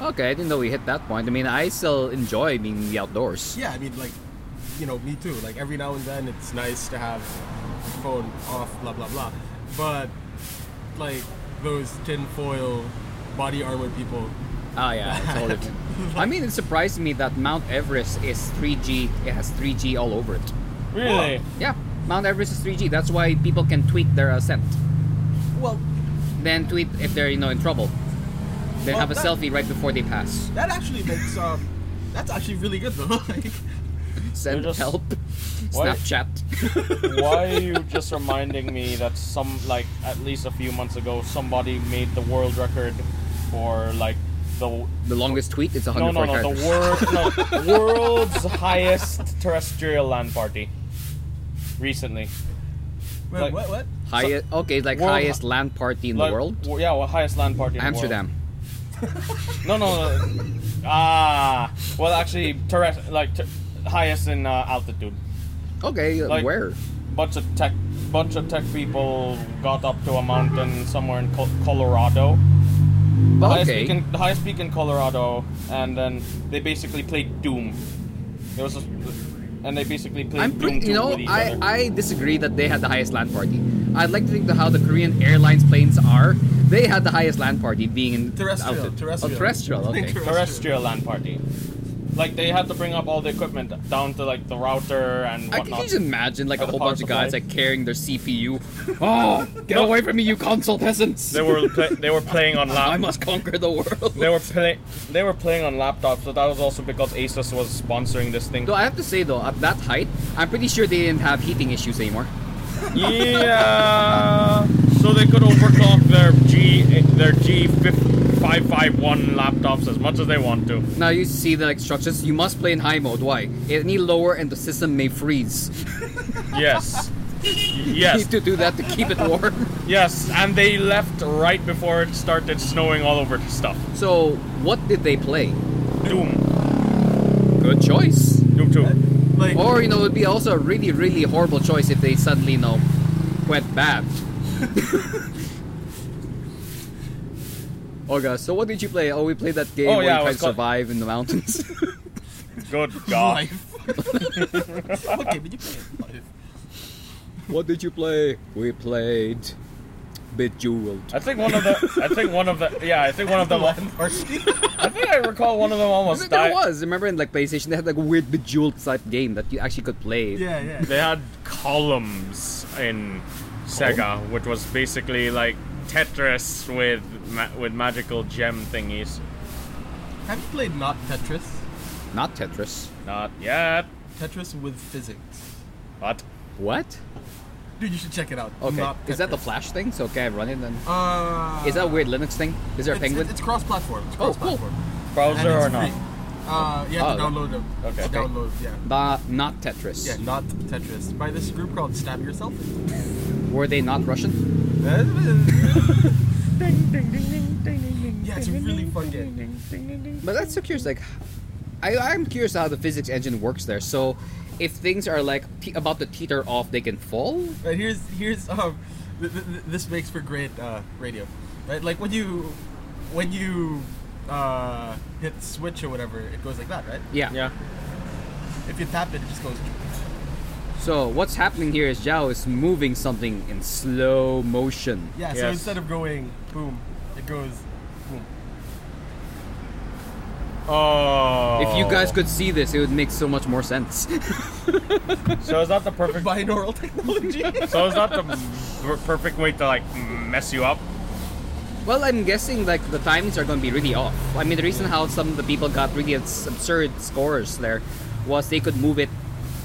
Speaker 1: Okay, I didn't know we hit that point. I mean, I still enjoy being in the outdoors.
Speaker 3: Yeah, I mean, like, you know, me too. Like, every now and then it's nice to have phone off, blah, blah, blah. But, like, those tinfoil body armor people.
Speaker 1: Oh yeah, it's all it. I mean, it surprised me that Mount Everest is 3G. It has 3G all over it.
Speaker 2: Really?
Speaker 1: Yeah, Mount Everest is 3G. That's why people can tweak their ascent.
Speaker 3: Well,
Speaker 1: then tweet if they're you know in trouble. Then
Speaker 3: Well,
Speaker 1: have a
Speaker 3: that-
Speaker 1: selfie right before they pass.
Speaker 3: That actually makes um, that's actually really good though. like,
Speaker 1: Send
Speaker 4: They're just-
Speaker 1: help.
Speaker 4: Why-
Speaker 1: Snapchat.
Speaker 4: Why are you just reminding me that some, like, at least a few months ago, somebody made the world record for, like, the.
Speaker 1: The longest tweet is
Speaker 4: No,
Speaker 1: 104
Speaker 4: no, no,
Speaker 1: characters.
Speaker 4: the world, no, world's highest terrestrial land party. Recently.
Speaker 3: wait,
Speaker 4: Like-
Speaker 3: what? What?
Speaker 1: highest, okay, like
Speaker 4: World-
Speaker 1: highest land party in the
Speaker 4: Like,
Speaker 1: world.
Speaker 4: w- Yeah, well, highest land party in the world.
Speaker 1: Amsterdam.
Speaker 4: No, no, no. Ah, well, actually, terrest- like ter- highest in uh, altitude.
Speaker 1: Okay, uh,
Speaker 4: Like-
Speaker 1: where?
Speaker 4: Bunch of tech, bunch of tech people got up to a mountain somewhere in Col- Colorado. Highest
Speaker 1: okay.
Speaker 4: peak in, highest peak in Colorado, and then they basically played Doom. It was, a, and they basically played
Speaker 1: I'm
Speaker 4: Doom
Speaker 1: pretty,
Speaker 4: 2
Speaker 1: you know,
Speaker 4: with each
Speaker 1: I,
Speaker 4: other.
Speaker 1: I disagree that they had the highest land party. I'd like to think that how the Korean Airlines planes are. They had the highest land party being in
Speaker 3: Terrestrial,
Speaker 1: outfit.
Speaker 3: terrestrial.
Speaker 1: Oh, terrestrial. Okay.
Speaker 3: Terrestrial.
Speaker 4: terrestrial LAN party. Like they had to bring up all the equipment down to like the router and
Speaker 1: I can
Speaker 4: whatnot.
Speaker 1: you just imagine like a
Speaker 4: Or the
Speaker 1: whole
Speaker 4: power
Speaker 1: bunch of guys
Speaker 4: supply.
Speaker 1: like carrying their CPU. Oh, get away from me, you console peasants!
Speaker 2: They were pla they were playing on
Speaker 1: I
Speaker 2: lap.
Speaker 1: must conquer the world.
Speaker 4: They were playing. They were playing on laptops, but that was also because Asus was sponsoring this thing.
Speaker 1: Though I have to say though, at that height, I'm pretty sure they didn't have heating issues anymore.
Speaker 2: Yeah. So they could overclock their G their G five five one laptops as much as they want to.
Speaker 1: Now you see the like, instructions. You must play in high mode. Why? Any lower and the system may freeze.
Speaker 2: Yes.
Speaker 1: You
Speaker 2: Yes.
Speaker 1: need to do that to keep it warm.
Speaker 2: Yes. And they left right before it started snowing all over the stuff.
Speaker 1: So what did they play?
Speaker 2: Doom.
Speaker 1: Good choice.
Speaker 2: Doom two.
Speaker 3: Like,
Speaker 1: Or you know, it'd be also a really, really horrible choice if they suddenly you know went bad. Olga, so what did you play? Oh, we played that game
Speaker 4: Oh,
Speaker 1: where
Speaker 4: yeah, it
Speaker 1: you try
Speaker 4: was
Speaker 1: to
Speaker 4: called-
Speaker 1: survive in the mountains.
Speaker 2: Good God.
Speaker 3: life. okay, but you play it life.
Speaker 1: what did you play? We played Bejeweled.
Speaker 4: I think one of the. I think one of the. Yeah, I think one of them.
Speaker 3: Land party.
Speaker 4: I think I recall one of them
Speaker 1: I
Speaker 4: almost
Speaker 1: think there
Speaker 4: died.
Speaker 1: was. Remember in like PlayStation, they had like a weird Bejeweled type game that you actually could play.
Speaker 3: yeah, yeah.
Speaker 2: They had columns in
Speaker 1: Oh.
Speaker 2: Sega, which was basically like Tetris with ma- with magical gem thingies.
Speaker 3: Have you played not Tetris?
Speaker 1: Not Tetris.
Speaker 2: Not yet.
Speaker 3: Tetris with physics.
Speaker 2: But
Speaker 1: What?
Speaker 3: Dude, you should check it out.
Speaker 1: Okay.
Speaker 3: Not
Speaker 1: Is that the
Speaker 3: Tetris.
Speaker 1: Flash thing? So can I run it then?
Speaker 3: Uh,
Speaker 1: Is that a weird Linux thing? Is there a
Speaker 3: it's,
Speaker 1: penguin?
Speaker 3: It's, it's cross-platform. It's
Speaker 1: Oh, cool.
Speaker 3: cross-platform. And
Speaker 4: Browser
Speaker 3: it's
Speaker 4: or not?
Speaker 3: free. Uh, you have to
Speaker 1: Oh,
Speaker 3: download them.
Speaker 4: okay. Okay.
Speaker 3: Download, yeah.
Speaker 1: Ba- not Tetris.
Speaker 3: Yeah, not Tetris. By this group called Stab Yourself.
Speaker 1: Were they not Russian?
Speaker 3: yeah, it's a really fun game.
Speaker 1: But that's so curious. Like, I, I'm curious how the physics engine works there. So, if things are like te- about to teeter off, they can fall.
Speaker 3: Right, here's here's um, th- th- th- this makes for great uh, radio, right? Like when you when you uh, hit switch or whatever, it goes like that, right?
Speaker 1: Yeah.
Speaker 4: Yeah.
Speaker 3: If you tap it, it just goes.
Speaker 1: So what's happening here is Zhao is moving something in slow motion.
Speaker 3: Yeah. So
Speaker 2: Yes.
Speaker 3: instead of going boom, it goes boom.
Speaker 2: Oh.
Speaker 1: If you guys could see this, it would make so much more sense.
Speaker 2: Oh.
Speaker 4: So is that the perfect?
Speaker 3: Binaural technology.
Speaker 2: So is that the per- perfect way to like mess you up?
Speaker 1: Well, I'm guessing like the timings are going to be really off. I mean, the reason how some of the people got really abs- absurd scores there was they could move it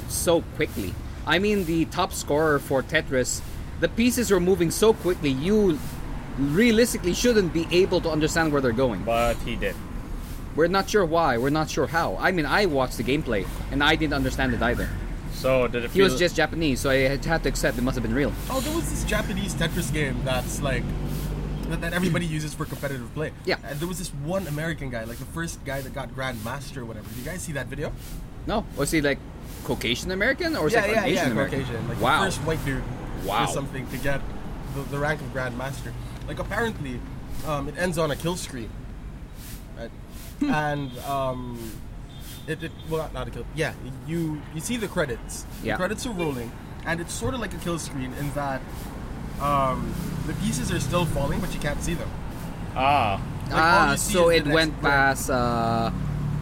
Speaker 1: so quickly. I mean, the top scorer for Tetris, the pieces were moving so quickly, you realistically shouldn't be able to understand where they're going.
Speaker 2: But he did.
Speaker 1: We're not sure why, we're not sure how. I mean, I watched the gameplay and I didn't understand it either.
Speaker 2: So did it
Speaker 1: He
Speaker 2: feel?
Speaker 1: was just Japanese, so I had had to accept it must have been real.
Speaker 3: oh, there was this Japanese Tetris game that's like. That, that everybody uses for competitive play.
Speaker 1: Yeah.
Speaker 3: And there was this one American guy, like the first guy that got Grandmaster or whatever. Did you guys see that video?
Speaker 1: No? Was he like Caucasian American or was
Speaker 3: yeah,
Speaker 1: he
Speaker 3: yeah,
Speaker 1: Asian
Speaker 3: yeah,
Speaker 1: American?
Speaker 3: Caucasian. Like
Speaker 1: wow.
Speaker 3: the first white dude
Speaker 1: Wow.
Speaker 3: or something to get the, the rank of Grand Master. Like apparently, um, it ends on a kill screen, right? and um, it, it well not, not a kill. Yeah, you you see the credits.
Speaker 1: Yeah.
Speaker 3: The credits are rolling, and it's sort of like a kill screen in that um, the pieces are still falling, but you can't see them.
Speaker 2: ah.
Speaker 3: Like, all
Speaker 1: ah,
Speaker 3: you see
Speaker 1: so
Speaker 3: is
Speaker 1: it
Speaker 3: the next
Speaker 1: went
Speaker 3: player.
Speaker 1: past. Uh,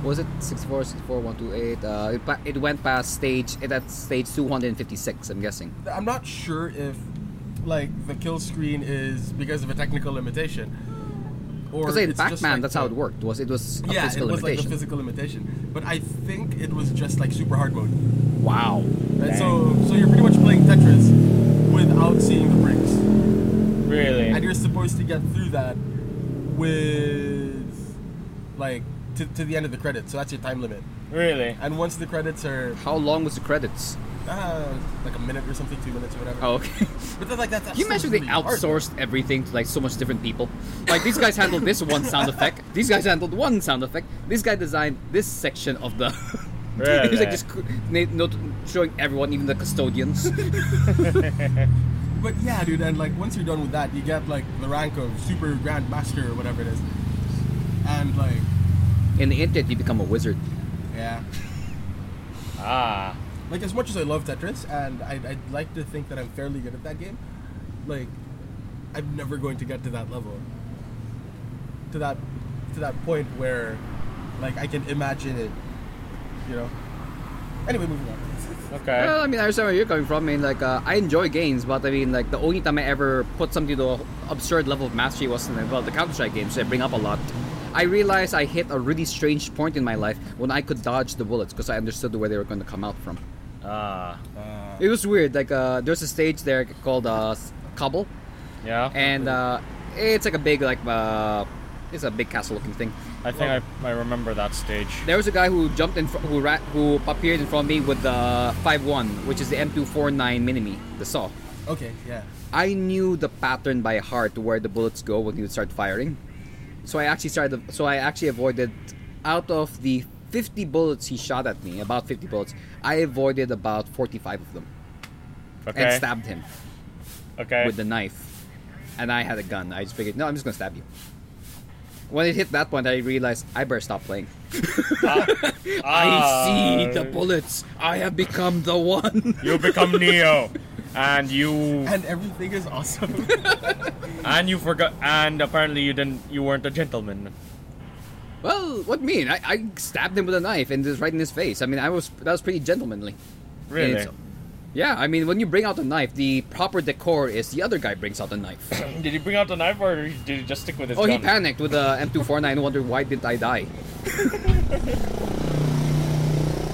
Speaker 1: was it 64, 64, 128? Uh, it, pa- it went past stage. It at stage 256. I'm guessing.
Speaker 3: I'm not sure if like the kill screen is because of a technical limitation. Or
Speaker 1: Because in
Speaker 3: it's just,
Speaker 1: Pac-Man,
Speaker 3: like,
Speaker 1: that's
Speaker 3: the-
Speaker 1: how it worked. Was it was a
Speaker 3: Yeah,
Speaker 1: physical
Speaker 3: it was like a
Speaker 1: limitation?
Speaker 3: physical limitation. But I think it was just like super hard mode.
Speaker 1: wow.
Speaker 3: And so, so you're pretty much playing Tetris without seeing the bricks,
Speaker 4: Really?
Speaker 3: and you're supposed to get through that with like to, to the end of the credits. So that's your time limit.
Speaker 4: Really?
Speaker 3: And once the credits are
Speaker 1: How long was the credits?
Speaker 3: uh, like a minute or something, two minutes or whatever.
Speaker 1: Oh, okay.
Speaker 3: But then, like that's, that's
Speaker 1: Can you
Speaker 3: still
Speaker 1: imagine they
Speaker 3: really hard.
Speaker 1: outsourced everything to like so much different people? Like these guys handled this one sound effect. These guys handled one sound effect. This guy designed this section of the. He's
Speaker 4: Really?
Speaker 1: like just cr- na- not showing everyone, even the custodians.
Speaker 3: But yeah, dude, and like once you're done with that, you get like the rank of super grand master or whatever it is, and like
Speaker 1: In the internet, you become a wizard.
Speaker 3: yeah.
Speaker 4: Ah.
Speaker 3: like as much as I love Tetris and I, I'd like to think that I'm fairly good at that game, like I'm never going to get to that level. To that to that point where like I can imagine it, you know. Anyway, moving on.
Speaker 4: Okay.
Speaker 1: Well, I mean, I understand where you're coming from. I mean, like, uh, I enjoy games, but I mean, like, the only time I ever put something to an absurd level of mastery was in, well, the Counter Strike games. I bring up a lot. I realized I hit a really strange point in my life when I could dodge the bullets because I understood where they were going to come out from.
Speaker 4: Ah.
Speaker 1: It was weird. Like, uh, there's a stage there called uh, Cobble,
Speaker 4: Yeah.
Speaker 1: and uh, it's like a big, like, uh, it's a big castle-looking thing.
Speaker 4: I think I, I remember that stage.
Speaker 1: There was a guy who jumped in, fr- who ra- who appeared in front of me with the 5-1, which is the M249 Minimi, the saw.
Speaker 3: Okay, yeah.
Speaker 1: I knew the pattern by heart where the bullets go when you start firing. So I actually started. So I actually avoided out of the 50 bullets he shot at me, about 50 bullets. I avoided about 45 of them and
Speaker 4: Okay.
Speaker 1: stabbed him
Speaker 4: Okay.
Speaker 1: with the knife. And I had a gun. I just figured, no, I'm just gonna stab you. When it hit that point, I realized I better stop playing.
Speaker 2: Ah.
Speaker 1: I
Speaker 4: Ah.
Speaker 1: see the bullets. I have become the one.
Speaker 2: You become Neo, and you
Speaker 3: And everything is awesome.
Speaker 2: and you forgot. And apparently, you didn't. You weren't a gentleman.
Speaker 1: Well, what mean? I, I stabbed him with a knife and just right in his face. I mean, I was that was pretty gentlemanly.
Speaker 2: Really?
Speaker 1: And it's- Yeah, I mean, when you bring out a knife, the proper decor is the other guy brings out a knife.
Speaker 4: Did he bring out the knife or did he just stick with his
Speaker 1: oh, he
Speaker 4: gun?
Speaker 1: panicked with the M249 and wondered why didn't I die.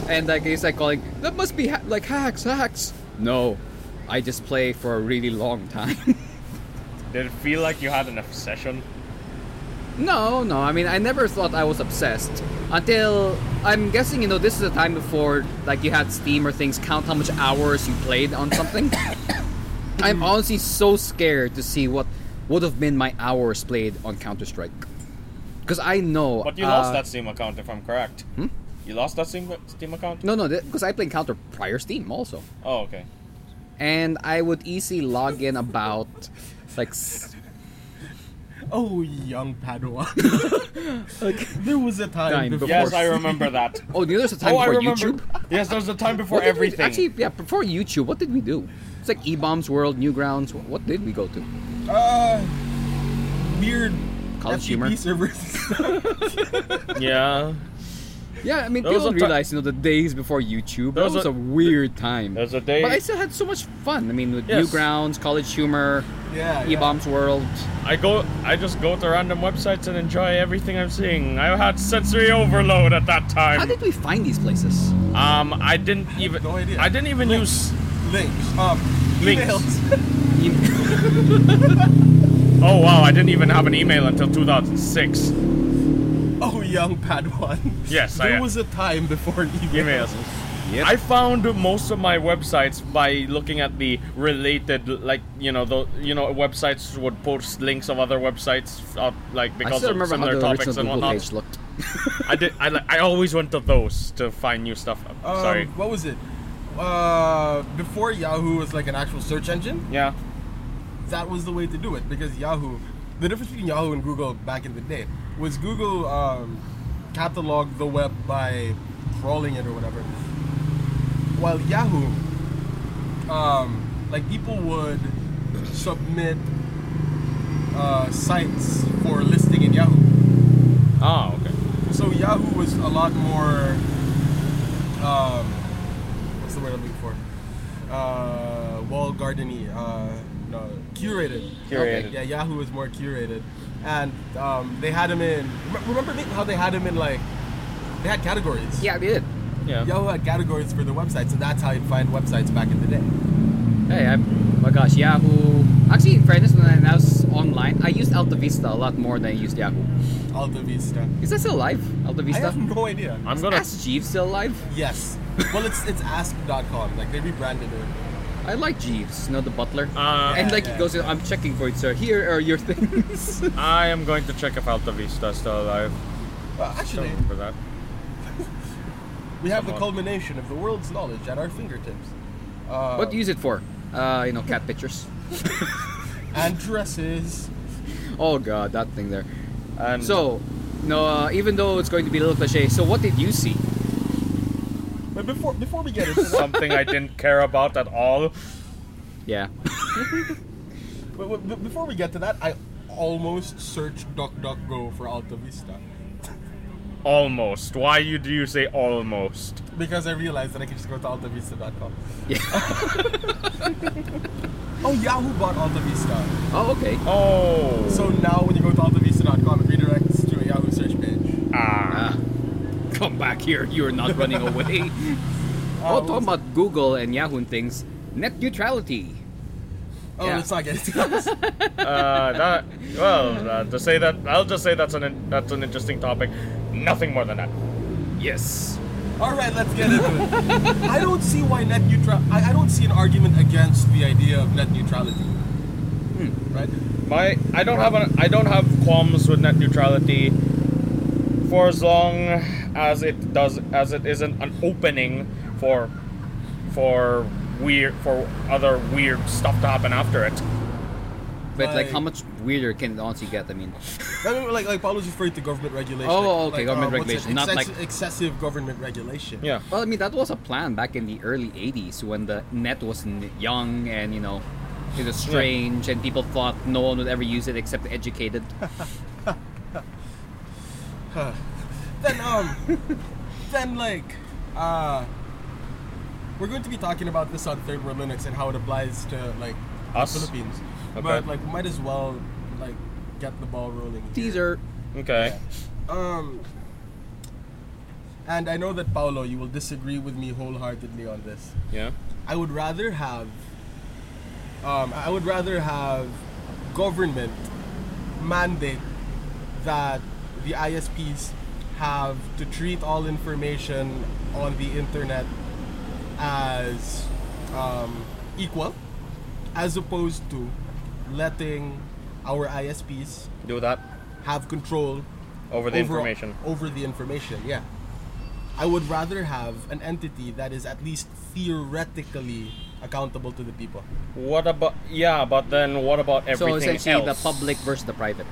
Speaker 1: and like he's like calling, that must be ha- like hacks, hacks. No, I just play for a really long time.
Speaker 4: Did it feel like you had an obsession?
Speaker 1: No, no. I mean, I never thought I was obsessed until I'm guessing. You know, this is a time before like you had Steam or things count how much hours you played on something. I'm honestly so scared to see what would have been my hours played on Counter Strike, because I know.
Speaker 4: But you
Speaker 1: uh,
Speaker 4: lost that Steam account, if I'm correct. Hmm? You lost that Steam, Steam account?
Speaker 1: No, no, because I played Counter prior Steam also,
Speaker 4: Oh, okay.
Speaker 1: and I would easily log in about like. s-
Speaker 3: oh, young Padawan.
Speaker 1: like
Speaker 3: there was a time,
Speaker 1: Time
Speaker 3: before.
Speaker 1: before-
Speaker 4: Yes, I remember that.
Speaker 1: oh, you know, there's a time
Speaker 4: oh, I
Speaker 1: before
Speaker 4: remember.
Speaker 1: YouTube.
Speaker 4: Yes, there was a time before
Speaker 1: What did we-
Speaker 4: everything.
Speaker 1: actually, yeah, before YouTube, what did we do? It's like E-Bombs World, Newgrounds. wh- What did we go to?
Speaker 3: Uh, weird
Speaker 1: College
Speaker 3: FTP
Speaker 1: humor.
Speaker 3: servers.
Speaker 2: Yeah.
Speaker 1: Yeah, I mean,
Speaker 2: There was
Speaker 1: people
Speaker 2: a ti-
Speaker 1: realize, you know, the days before YouTube. That
Speaker 2: There was
Speaker 1: was,
Speaker 2: a-
Speaker 1: a, weird time.
Speaker 2: there was a day-
Speaker 1: But I still had so much fun. I mean, with
Speaker 2: Yes.
Speaker 1: Newgrounds, College Humor,
Speaker 3: yeah, yeah.
Speaker 1: E-Bombs World.
Speaker 2: I go. I just go to random websites and enjoy everything I'm seeing. I had sensory overload at that
Speaker 1: How
Speaker 2: time.
Speaker 1: did we find these places?
Speaker 2: Um, I didn't even.
Speaker 3: no idea.
Speaker 2: I didn't even use.
Speaker 3: Links. Um,
Speaker 2: Links.
Speaker 3: emails.
Speaker 1: You-
Speaker 2: Oh wow! I didn't even have an email until 2006.
Speaker 3: Oh, young Padawan.
Speaker 2: Yes,
Speaker 3: There
Speaker 2: I-
Speaker 3: was a time before email.
Speaker 2: Emails.
Speaker 1: Yep.
Speaker 2: I found most of my websites by looking at the related, like you know, the you know websites would post links of other websites, uh, like
Speaker 1: I
Speaker 2: because
Speaker 1: still
Speaker 2: of
Speaker 1: remember how
Speaker 2: similar
Speaker 1: the
Speaker 2: topics
Speaker 1: original
Speaker 2: and
Speaker 1: Google
Speaker 2: whatnot.
Speaker 1: page looked.
Speaker 2: I did. I, li- I always went to those to find new stuff.
Speaker 3: Um,
Speaker 2: Sorry.
Speaker 3: What was it? Uh, before Yahoo was like an actual search engine,
Speaker 2: Yeah.
Speaker 3: that was the way to do it because Yahoo, the difference between Yahoo and Google back in the day was Google um, cataloged the web by crawling it or whatever, while Yahoo, um, like people would submit uh, sites for listing in Yahoo.
Speaker 2: Oh, okay.
Speaker 3: So Yahoo was a lot more. Um, what's the word I'm looking for? Uh, wall gardeny. Uh, no, curated.
Speaker 4: Curated.
Speaker 1: Okay.
Speaker 3: Yeah, Yahoo is more curated, and um, they had him in. rem- Remember they- how they had him in like they had categories.
Speaker 1: Yeah, they did.
Speaker 4: Yeah.
Speaker 3: Yahoo had categories for their websites, and that's how you'd find websites back in the day.
Speaker 1: Hey, I, my gosh, Yahoo. Actually, in fairness, when I was online, I used Alta Vista a lot more than I used Yahoo.
Speaker 3: Alta Vista.
Speaker 1: Is that still alive? Alta
Speaker 3: I
Speaker 1: Vista?
Speaker 3: have no idea.
Speaker 2: I'm
Speaker 1: Is
Speaker 2: gonna.
Speaker 1: Ask Jeeves still alive?
Speaker 3: Yes. Well, it's it's ask.com. Like they rebranded it.
Speaker 1: I like Jeeves, not the butler.
Speaker 2: Uh,
Speaker 1: and like
Speaker 3: yeah.
Speaker 1: he goes, I'm checking for it, sir. Here are your things.
Speaker 2: I am going to check if Alta Vista is still alive.
Speaker 3: Well, Uh, actually,
Speaker 2: Sorry for that.
Speaker 3: we have the
Speaker 2: Somewhat.
Speaker 3: culmination of the world's knowledge at our fingertips. Uh,
Speaker 1: what do you use it for? Uh, you know, cat pictures.
Speaker 3: and dresses.
Speaker 1: Oh god, that thing there.
Speaker 2: And
Speaker 1: So, no, uh, even though it's going to be a little cliche, so what did you see?
Speaker 3: But before before we get into that,
Speaker 2: something I didn't care about at all.
Speaker 1: Yeah.
Speaker 3: But, but- but before we get to that, I almost searched DuckDuckGo for Alta Vista
Speaker 2: Almost. Why you do you say almost?
Speaker 3: because I realized that I could just go to altavista.com.
Speaker 1: Yeah.
Speaker 3: Oh, Yahoo bought Alta Vista.
Speaker 1: Oh, okay.
Speaker 2: Oh.
Speaker 3: So now when you go to altavista.com, it redirects to a Yahoo search page.
Speaker 2: ah.
Speaker 1: Ah, come back here. You're not running away.
Speaker 3: Uh,
Speaker 1: oh, talking about Google and Yahoo and things. Net neutrality.
Speaker 3: Oh,
Speaker 1: yeah.
Speaker 3: let's not get into this.
Speaker 2: Uh, that. Well, uh, to say that, I'll just say that's an in- that's an interesting topic. Nothing more than that.
Speaker 1: Yes.
Speaker 3: All right, let's get into it. I don't see why net neutral. I, I don't see an argument against the idea of net neutrality.
Speaker 1: Hmm.
Speaker 3: Right?
Speaker 2: My I don't have a, I don't have qualms with net neutrality for as long as it does as it isn't an opening for for weird for other weird stuff to happen after it.
Speaker 1: But like,
Speaker 3: Like-
Speaker 1: how much weirder can it honestly get? I mean,
Speaker 3: I mean, like like Paulo's referring to government regulation.
Speaker 1: Oh,
Speaker 3: like-
Speaker 1: okay,
Speaker 3: like, uh,
Speaker 1: government
Speaker 3: what's it?
Speaker 1: regulation, not
Speaker 3: Excess-
Speaker 1: like-
Speaker 3: excessive government regulation.
Speaker 2: Yeah.
Speaker 1: well, I mean that was a plan back in the early '80s when the net was n- young and you know, it was strange, and people thought no one would ever use it except the educated.
Speaker 3: then um then like uh we're going to be talking about this on third world linux and how it applies to like the
Speaker 2: Us?
Speaker 3: philippines
Speaker 2: Okay.
Speaker 3: but like we might as well like get the ball rolling here.
Speaker 1: Teaser.
Speaker 2: Okay.
Speaker 3: um and i know that paolo you will disagree with me wholeheartedly on this
Speaker 2: Yeah.
Speaker 3: i would rather have um i would rather have government mandate that the ISPs have to treat all information on the internet as um, equal, as opposed to letting our ISPs
Speaker 2: Do that
Speaker 3: have control
Speaker 2: over the information.
Speaker 3: over the information. Yeah, I would rather have an entity that is at least theoretically accountable to the people.
Speaker 2: What about yeah? But then what about
Speaker 1: So
Speaker 2: everything
Speaker 1: essentially,
Speaker 2: else?
Speaker 1: the public versus the private.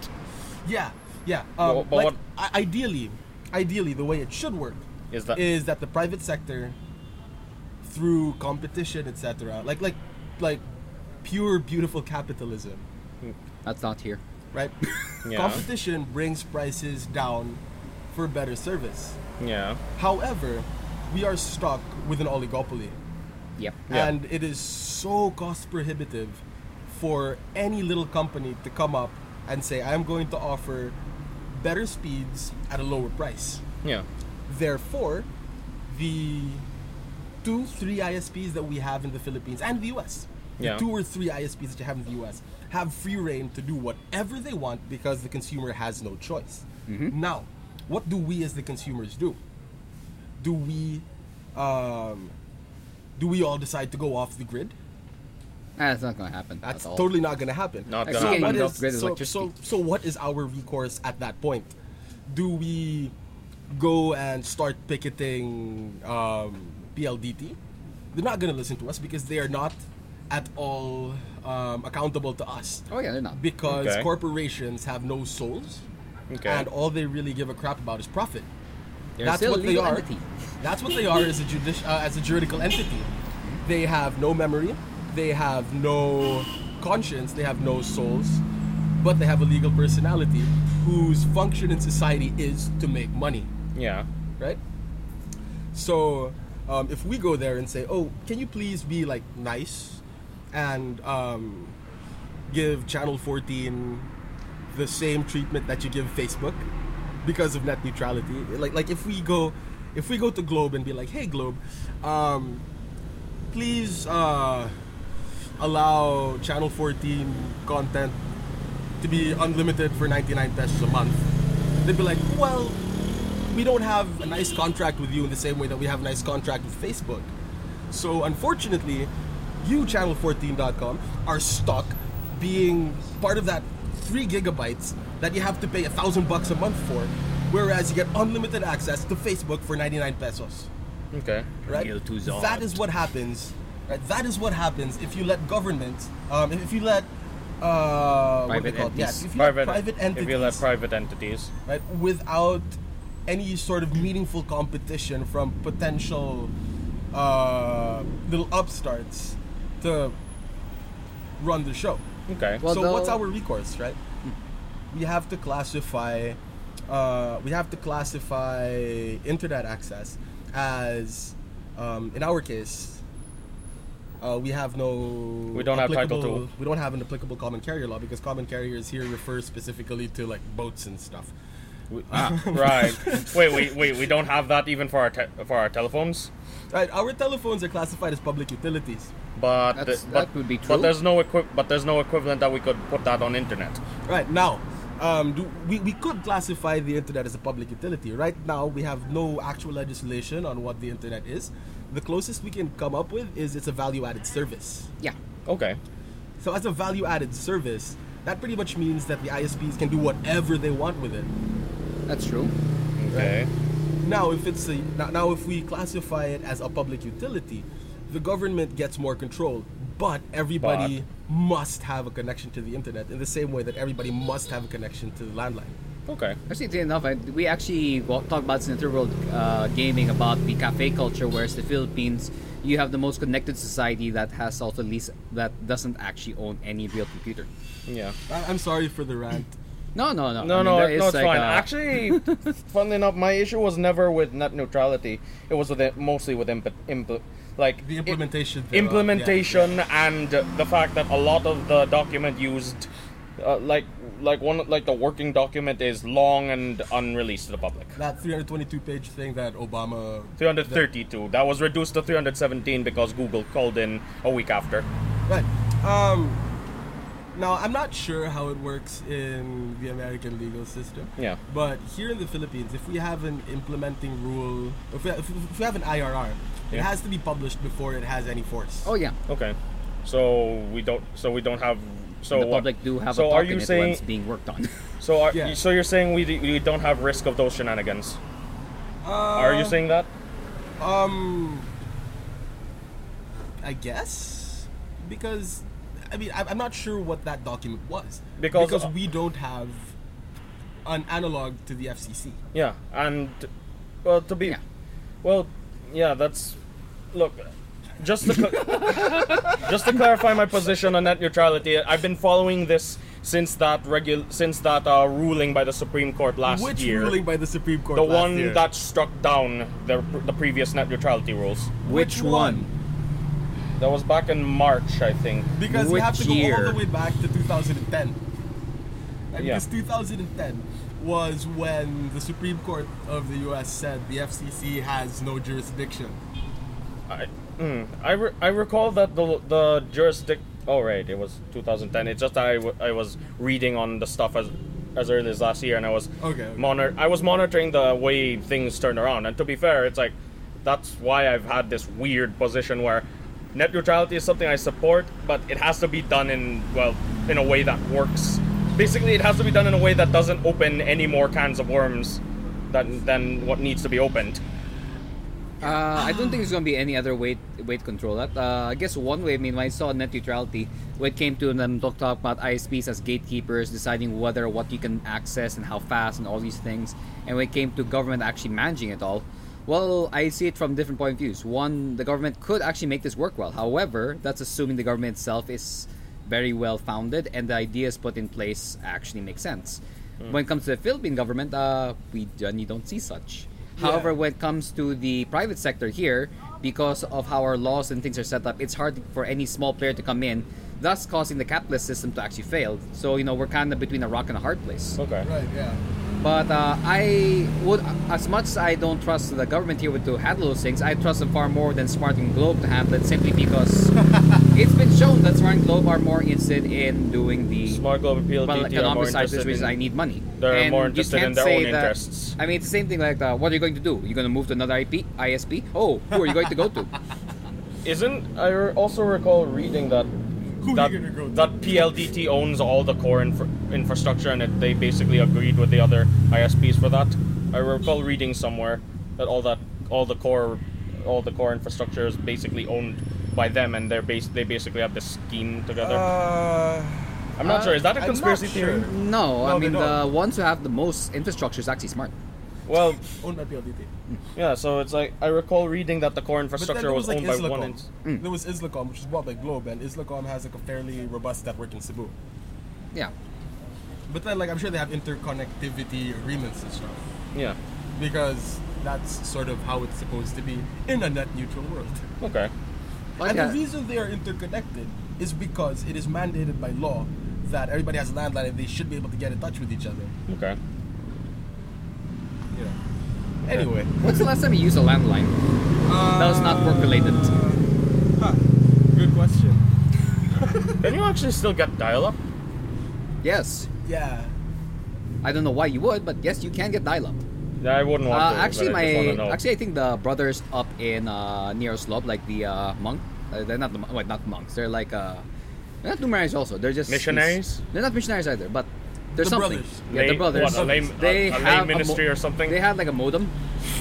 Speaker 3: Yeah, yeah.
Speaker 2: Well,
Speaker 3: Um,
Speaker 2: but
Speaker 3: like,
Speaker 2: what-
Speaker 3: I- ideally, ideally, the way it should work
Speaker 2: Is that-
Speaker 3: is that the private sector, through competition, etc., like like like pure beautiful capitalism,
Speaker 1: That's not here.
Speaker 3: right?
Speaker 2: Yeah.
Speaker 3: Competition brings prices down for better service.
Speaker 2: Yeah.
Speaker 3: However, we are stuck with an oligopoly,
Speaker 1: Yep.
Speaker 2: Yeah.
Speaker 3: and it is so cost prohibitive for any little company to come up and say, "I'm going to offer." Better speeds at a lower price.
Speaker 2: Yeah.
Speaker 3: Therefore, the two, three ISPs that we have in the Philippines and the US,
Speaker 2: Yeah.
Speaker 3: the two or three ISPs that you have in the US, have free reign to do whatever they want because the consumer has no choice. Now, what do we as the consumers do? Do we, um, do we all decide to go off the grid?
Speaker 1: Ah, That's not gonna happen.
Speaker 3: That's
Speaker 1: at all.
Speaker 3: totally not going to happen.
Speaker 2: Not
Speaker 3: so
Speaker 2: gonna happen.
Speaker 3: what
Speaker 1: Off
Speaker 3: is-
Speaker 1: grid is
Speaker 3: so,
Speaker 1: electricity.
Speaker 3: so, so what is our recourse at that point? Do we go and start picketing um, PLDT? They're not going to listen to us because they are not at all um, accountable to us.
Speaker 1: Oh yeah, they're not.
Speaker 3: Because
Speaker 2: Okay.
Speaker 3: corporations have no souls,
Speaker 2: Okay.
Speaker 3: and all they really give a crap about is profit.
Speaker 1: They're
Speaker 3: That's
Speaker 1: still a
Speaker 3: what they
Speaker 1: legal
Speaker 3: are.
Speaker 1: entity.
Speaker 3: That's what they are as a judici- uh, as a juridical entity. They have no memory. They have no conscience. They have no souls. But they have a legal personality whose function in society is to make money,
Speaker 2: Yeah.
Speaker 3: right? So um, if we go there and say, "Oh, can you please be like nice and um, give Channel 14 the same treatment that you give Facebook because of net neutrality. Like like if we go if we go to Globe and be like, "Hey Globe, um, please uh, allow Channel 14 content to be unlimited for 99 pesos a month." They'd be like, "Well, we don't have a nice contract with you in the same way that we have a nice contract with Facebook. So unfortunately, you channel14.com are stuck being part of that three gigabytes that you have to pay a thousand bucks a month for, whereas you get unlimited access to Facebook for 99 pesos.
Speaker 2: Okay.
Speaker 3: Right?
Speaker 1: Real too zot.
Speaker 3: That is what happens. Right? That is what happens if you let governments, um, if you let uh, what do they
Speaker 1: Private
Speaker 3: call it? Yeah,
Speaker 1: entities.
Speaker 3: if you
Speaker 2: Private,
Speaker 3: let private entities
Speaker 2: If you let private entities.
Speaker 3: right? Without any sort of meaningful competition from potential uh, little upstarts to run the show.
Speaker 2: Okay.
Speaker 1: Well,
Speaker 3: so
Speaker 1: though-
Speaker 3: what's our recourse, right? Hmm. We have to classify, uh, we have to classify internet access as, um, in our case. Uh, we have no.
Speaker 2: We don't have Title
Speaker 3: applicable-
Speaker 2: II.
Speaker 3: We don't have an applicable common carrier law because common carriers here refer specifically to like boats and stuff.
Speaker 2: right. Wait, wait, wait. We don't have that even for our te- for our telephones.
Speaker 3: Right, our telephones are classified as public utilities.
Speaker 2: But
Speaker 1: That's-
Speaker 2: the-
Speaker 1: that
Speaker 2: but-
Speaker 1: would be true.
Speaker 2: But there's no equi- But there's no equivalent that we could put that on internet.
Speaker 3: Right now, um, do, we, we could classify the internet as a public utility. Right now, we have no actual legislation on what the internet is. The closest we can come up with is it's a value added service.
Speaker 1: Yeah.
Speaker 2: Okay.
Speaker 3: So, as a value added service, that pretty much means that the ISPs can do whatever they want with it.
Speaker 1: That's true.
Speaker 2: Okay.
Speaker 3: Now, if it's a now, now if we classify it as a public utility, the government gets more control, but everybody must have a connection to the internet in the same way that everybody must have a connection to the landline.
Speaker 2: Okay.
Speaker 1: Actually, enough, I, we actually wa- talked about this in Interworld uh, Gaming about the cafe culture, whereas the Philippines, you have the most connected society that has also least that doesn't actually own any real computer.
Speaker 2: Yeah.
Speaker 3: I, I'm sorry for the rant.
Speaker 1: No, no, no.
Speaker 2: No,
Speaker 1: I mean,
Speaker 2: no,
Speaker 1: there
Speaker 2: it-
Speaker 1: is
Speaker 2: no, it's
Speaker 1: like
Speaker 2: fine.
Speaker 1: a-
Speaker 2: Actually, funnily enough, my issue was never with net neutrality. It was with it, mostly with imp- impl- like
Speaker 3: The
Speaker 2: i-
Speaker 3: implementation thereof, yeah,
Speaker 2: implementation, and the fact that a lot of the document used, uh, like like one like the working document is long and unreleased to the public.
Speaker 3: That 322 page thing that Obama.
Speaker 2: 332. That was reduced to 317 because Google called in a week after.
Speaker 3: Right. Um. Now I'm not sure how it works in the American legal system.
Speaker 2: Yeah.
Speaker 3: But here in the Philippines, if we have an implementing rule, if we, if, if we have an IRR, it
Speaker 2: Yeah.
Speaker 3: has to be published before it has any force.
Speaker 1: Oh yeah.
Speaker 2: Okay. So we don't. So we don't have. So
Speaker 1: the
Speaker 2: what-
Speaker 1: public do have
Speaker 2: so
Speaker 1: a
Speaker 2: are
Speaker 1: part in
Speaker 2: you
Speaker 1: it when
Speaker 2: saying?
Speaker 1: it's being worked on.
Speaker 2: So are
Speaker 3: Yeah.
Speaker 2: so you're saying we, we don't have risk of those shenanigans? are
Speaker 3: Uh,
Speaker 2: you saying that?
Speaker 3: Um, I guess because I mean I- I'm not sure what that document was
Speaker 2: Because- uh,
Speaker 3: we don't have an analog to the FCC.
Speaker 2: Yeah, and well, to be,
Speaker 1: Yeah.
Speaker 2: well, yeah, that's look. Just to cl- just to clarify my position on net neutrality, I've been following this since that regul- since that uh, ruling by the Supreme Court last
Speaker 3: Which
Speaker 2: year.
Speaker 3: ruling by the Supreme Court?
Speaker 2: the
Speaker 3: last
Speaker 2: one
Speaker 3: year?
Speaker 2: that struck down the, the previous net neutrality rules.
Speaker 1: Which one?
Speaker 2: That was back in March, I think.
Speaker 3: Because you have to
Speaker 1: Which
Speaker 3: go all
Speaker 1: year?
Speaker 3: the way back to 2010. Right,
Speaker 2: Yeah.
Speaker 3: Because 2010 was when the Supreme Court of the U.S. said the FCC has no jurisdiction.
Speaker 2: I, mm, I, re- I recall that the the jurisdiction. Oh right, it was 2010. It's just that I, w- I was reading on the stuff as as early as last year, and I was
Speaker 3: Okay, okay.
Speaker 2: Monitor- I was monitoring the way things turned around, and to be fair, it's like that's why I've had this weird position where net neutrality is something I support, but it has to be done in well in a way that works. Basically, it has to be done in a way that doesn't open any more cans of worms than than what needs to be opened.
Speaker 1: Uh, I don't think there's gonna be any other weight weight control. That uh, I guess one way. I mean, when I saw net neutrality, when it came to them talk, talk about ISPs as gatekeepers, deciding whether what you can access and how fast and all these things, and when it came to government actually managing it all, well, I see it from different point of views. One, the government could actually make this work well. However, that's assuming the government itself is very well founded and the ideas put in place actually make sense. When it comes to the Philippine government, uh, we generally don't see such. However, when it comes to the private sector here, because of how our laws and things are set up, it's hard for any small player to come in thus causing the capitalist system to actually fail. So you know we're kind of between a rock and a hard place.
Speaker 2: Okay.
Speaker 3: Right, yeah.
Speaker 1: But uh, I would, as much as I don't trust the government here with to handle those things, I trust them far more than Smart and Globe to handle it simply because it's been shown that Smart and Globe are more interested in doing the
Speaker 2: Smart global PLDT
Speaker 1: well,
Speaker 2: are more
Speaker 1: economic side
Speaker 2: interested
Speaker 1: situations.
Speaker 2: in-
Speaker 1: I need money.
Speaker 2: they're
Speaker 1: And
Speaker 2: more
Speaker 1: you
Speaker 2: interested in
Speaker 1: can't
Speaker 2: their
Speaker 1: say
Speaker 2: own
Speaker 1: that-
Speaker 2: interests.
Speaker 1: I mean, it's the same thing like that. What are you going to do? You're going to move to another IP, ISP? Oh, who are you going to go to?
Speaker 2: Isn't I re- also recall reading that
Speaker 3: Who
Speaker 2: that,
Speaker 3: you gonna go to?
Speaker 2: that PLDT owns all the core infra- infrastructure and it, they basically agreed with the other ISPs for that. I recall reading somewhere that all that all the core all the core infrastructure is basically owned by them and they're bas- they basically have this scheme together. I'm not
Speaker 1: uh,
Speaker 2: sure. Is that a
Speaker 3: I'm not
Speaker 2: conspiracy theory?
Speaker 3: sure.
Speaker 1: No,
Speaker 3: No,
Speaker 1: I
Speaker 3: they
Speaker 1: mean the
Speaker 3: don't.
Speaker 1: ones who have the most infrastructure is actually smart.
Speaker 2: Well,
Speaker 3: Owned by PLDT.
Speaker 2: yeah. So it's like I recall reading that the core
Speaker 3: But then
Speaker 2: infrastructure
Speaker 3: there
Speaker 2: was,
Speaker 3: was like
Speaker 2: owned by one.
Speaker 3: Islacom.
Speaker 2: ent-
Speaker 3: There was Islacom, which is bought by Globe, and Islacom has like a fairly robust network in Cebu.
Speaker 1: Yeah.
Speaker 3: But then, like, I'm sure they have interconnectivity agreements and stuff.
Speaker 2: yeah.
Speaker 3: Because that's sort of how it's supposed to be in a net neutral world.
Speaker 2: Okay.
Speaker 1: But
Speaker 3: and
Speaker 1: yeah,
Speaker 3: the reason they are interconnected is because it is mandated by law that everybody has a landline and they should be able to get in touch with each other.
Speaker 2: Okay.
Speaker 3: You know. Anyway.
Speaker 1: when's the last time you used a landline? that was not work related.
Speaker 3: Uh, Huh. Good question.
Speaker 2: Can you actually still get dial-up?
Speaker 1: Yes.
Speaker 3: Yeah.
Speaker 1: I don't know why you would, but yes, you can get dial-up.
Speaker 2: Yeah, I wouldn't want
Speaker 1: Uh,
Speaker 2: to. but
Speaker 1: actually,
Speaker 2: I just wanna
Speaker 1: my
Speaker 2: know.
Speaker 1: actually, I think the brothers up in uh, near Slob, like the uh, monk, uh, they're not the mon- wait, not monks. They're like uh, they're not Numerians also. They're just
Speaker 2: Missionaries?
Speaker 1: they're not missionaries either, but they're
Speaker 3: The
Speaker 1: something.
Speaker 3: brothers.
Speaker 1: Yeah, the
Speaker 2: Lay-
Speaker 1: brothers.
Speaker 2: what, a lay-
Speaker 1: they
Speaker 2: a- a lay
Speaker 1: have
Speaker 2: ministry or something?
Speaker 1: They had like a modem,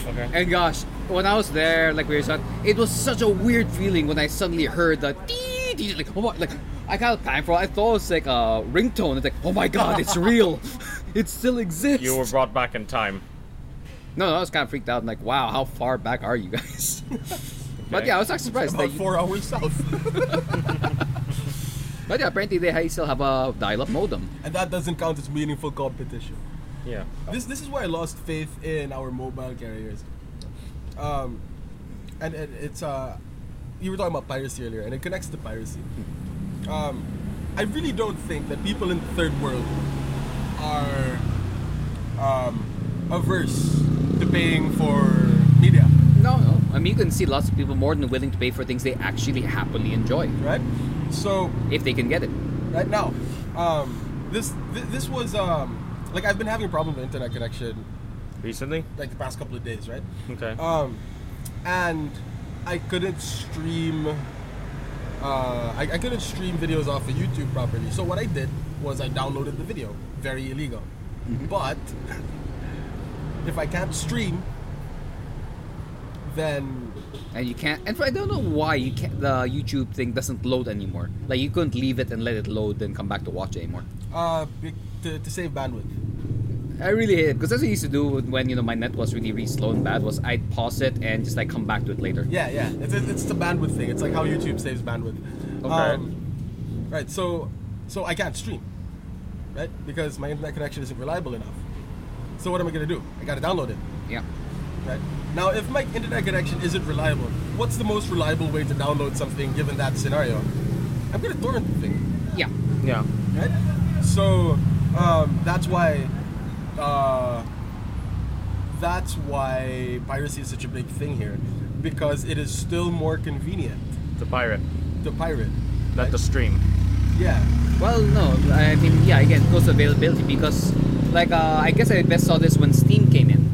Speaker 2: okay.
Speaker 1: and gosh, when I was there, like we were talking, it was such a weird feeling when I suddenly heard the dee- dee- like oh my, like I kind of time for. it. I thought it was like a ringtone. It's like oh my god, it's real. It still exists.
Speaker 2: You were brought back in time.
Speaker 1: No, no, I was kind of freaked out. i like, wow, how far back are you guys? But
Speaker 2: Okay.
Speaker 1: yeah, I was actually surprised.
Speaker 3: About
Speaker 1: That you,
Speaker 3: four hours south.
Speaker 1: but yeah, apparently they ha- still have a dial-up modem.
Speaker 3: and that doesn't count as meaningful competition.
Speaker 2: Yeah.
Speaker 3: This this is where I lost faith in our mobile carriers. Um, and it, it's uh, you were talking about piracy earlier, and it connects to piracy. Um, I really don't think that people in the third world are um, averse to paying for media,
Speaker 1: No, no. I mean, you can see lots of people more than willing to pay for things they actually happily enjoy
Speaker 3: right? So
Speaker 1: if they can get it.
Speaker 3: right now. Um, this th- this was um, like I've been having a problem with internet connection
Speaker 2: Recently?
Speaker 3: like the past couple of days, right?
Speaker 2: Okay.
Speaker 1: Uh,
Speaker 3: Um, and I couldn't stream. Uh, I, I couldn't stream videos off of YouTube properly. So what I did was I downloaded the video. Very illegal, but if I can't stream, then
Speaker 1: And you can't. And I don't know why you can't, the YouTube thing doesn't load anymore. Like you couldn't leave it and let it load, then come back to watch it anymore.
Speaker 3: uh, be- to, to save bandwidth.
Speaker 1: I really hate it because that's what I used to do when you know my net was really really slow and bad. Was I'd pause it and just like come back to it later.
Speaker 3: Yeah, yeah. It's, it's, it's the bandwidth thing. It's like how YouTube saves bandwidth. Um,
Speaker 2: Okay.
Speaker 3: right. So, so I can't stream, right? Because my internet connection isn't reliable enough. So what am I gonna do? I gotta download it,
Speaker 1: yeah.
Speaker 3: right? Now, if my internet connection isn't reliable, what's the most reliable way to download something given that scenario? I'm gonna torrent the thing,
Speaker 1: Yeah.
Speaker 2: yeah.
Speaker 3: right? So um, that's why. Uh, that's why piracy is such a big thing here, because it is still more convenient
Speaker 2: The pirate.
Speaker 3: the pirate.
Speaker 2: That the stream.
Speaker 3: Yeah.
Speaker 1: Well, no, I mean, yeah, again, it goes to availability because, like, uh, I guess I best saw this when Steam came in.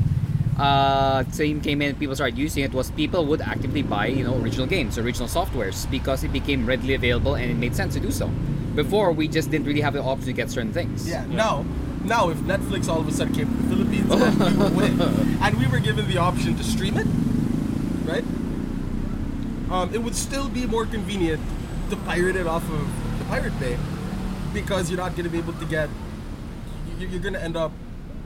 Speaker 1: Uh, Steam came in, people started using it. Was people would actively buy, you know, original games, original softwares, because it became readily available and it made sense to do so. Before, we just didn't really have the option to get certain things.
Speaker 3: Yeah. Now, now if Netflix all of a sudden came to the Philippines, and we would, and we were given the option to stream it, right? Um, it would still be more convenient to pirate it off of the Pirate Bay because you're not going to be able to get. you- You're going to end up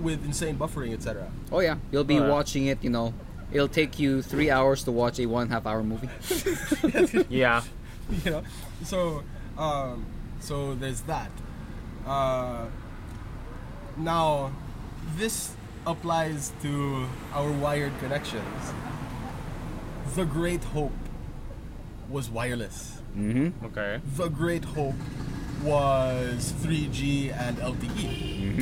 Speaker 3: with insane buffering, etc.
Speaker 1: Oh yeah, you'll be
Speaker 2: Oh, yeah.
Speaker 1: watching it. You know, it'll take you three hours to watch a one and a half hour movie.
Speaker 2: Yeah.
Speaker 3: you know so um, so there's that uh, now this applies to our wired connections the great hope was wireless.
Speaker 2: Okay.
Speaker 3: The great hope was 3G and LTE.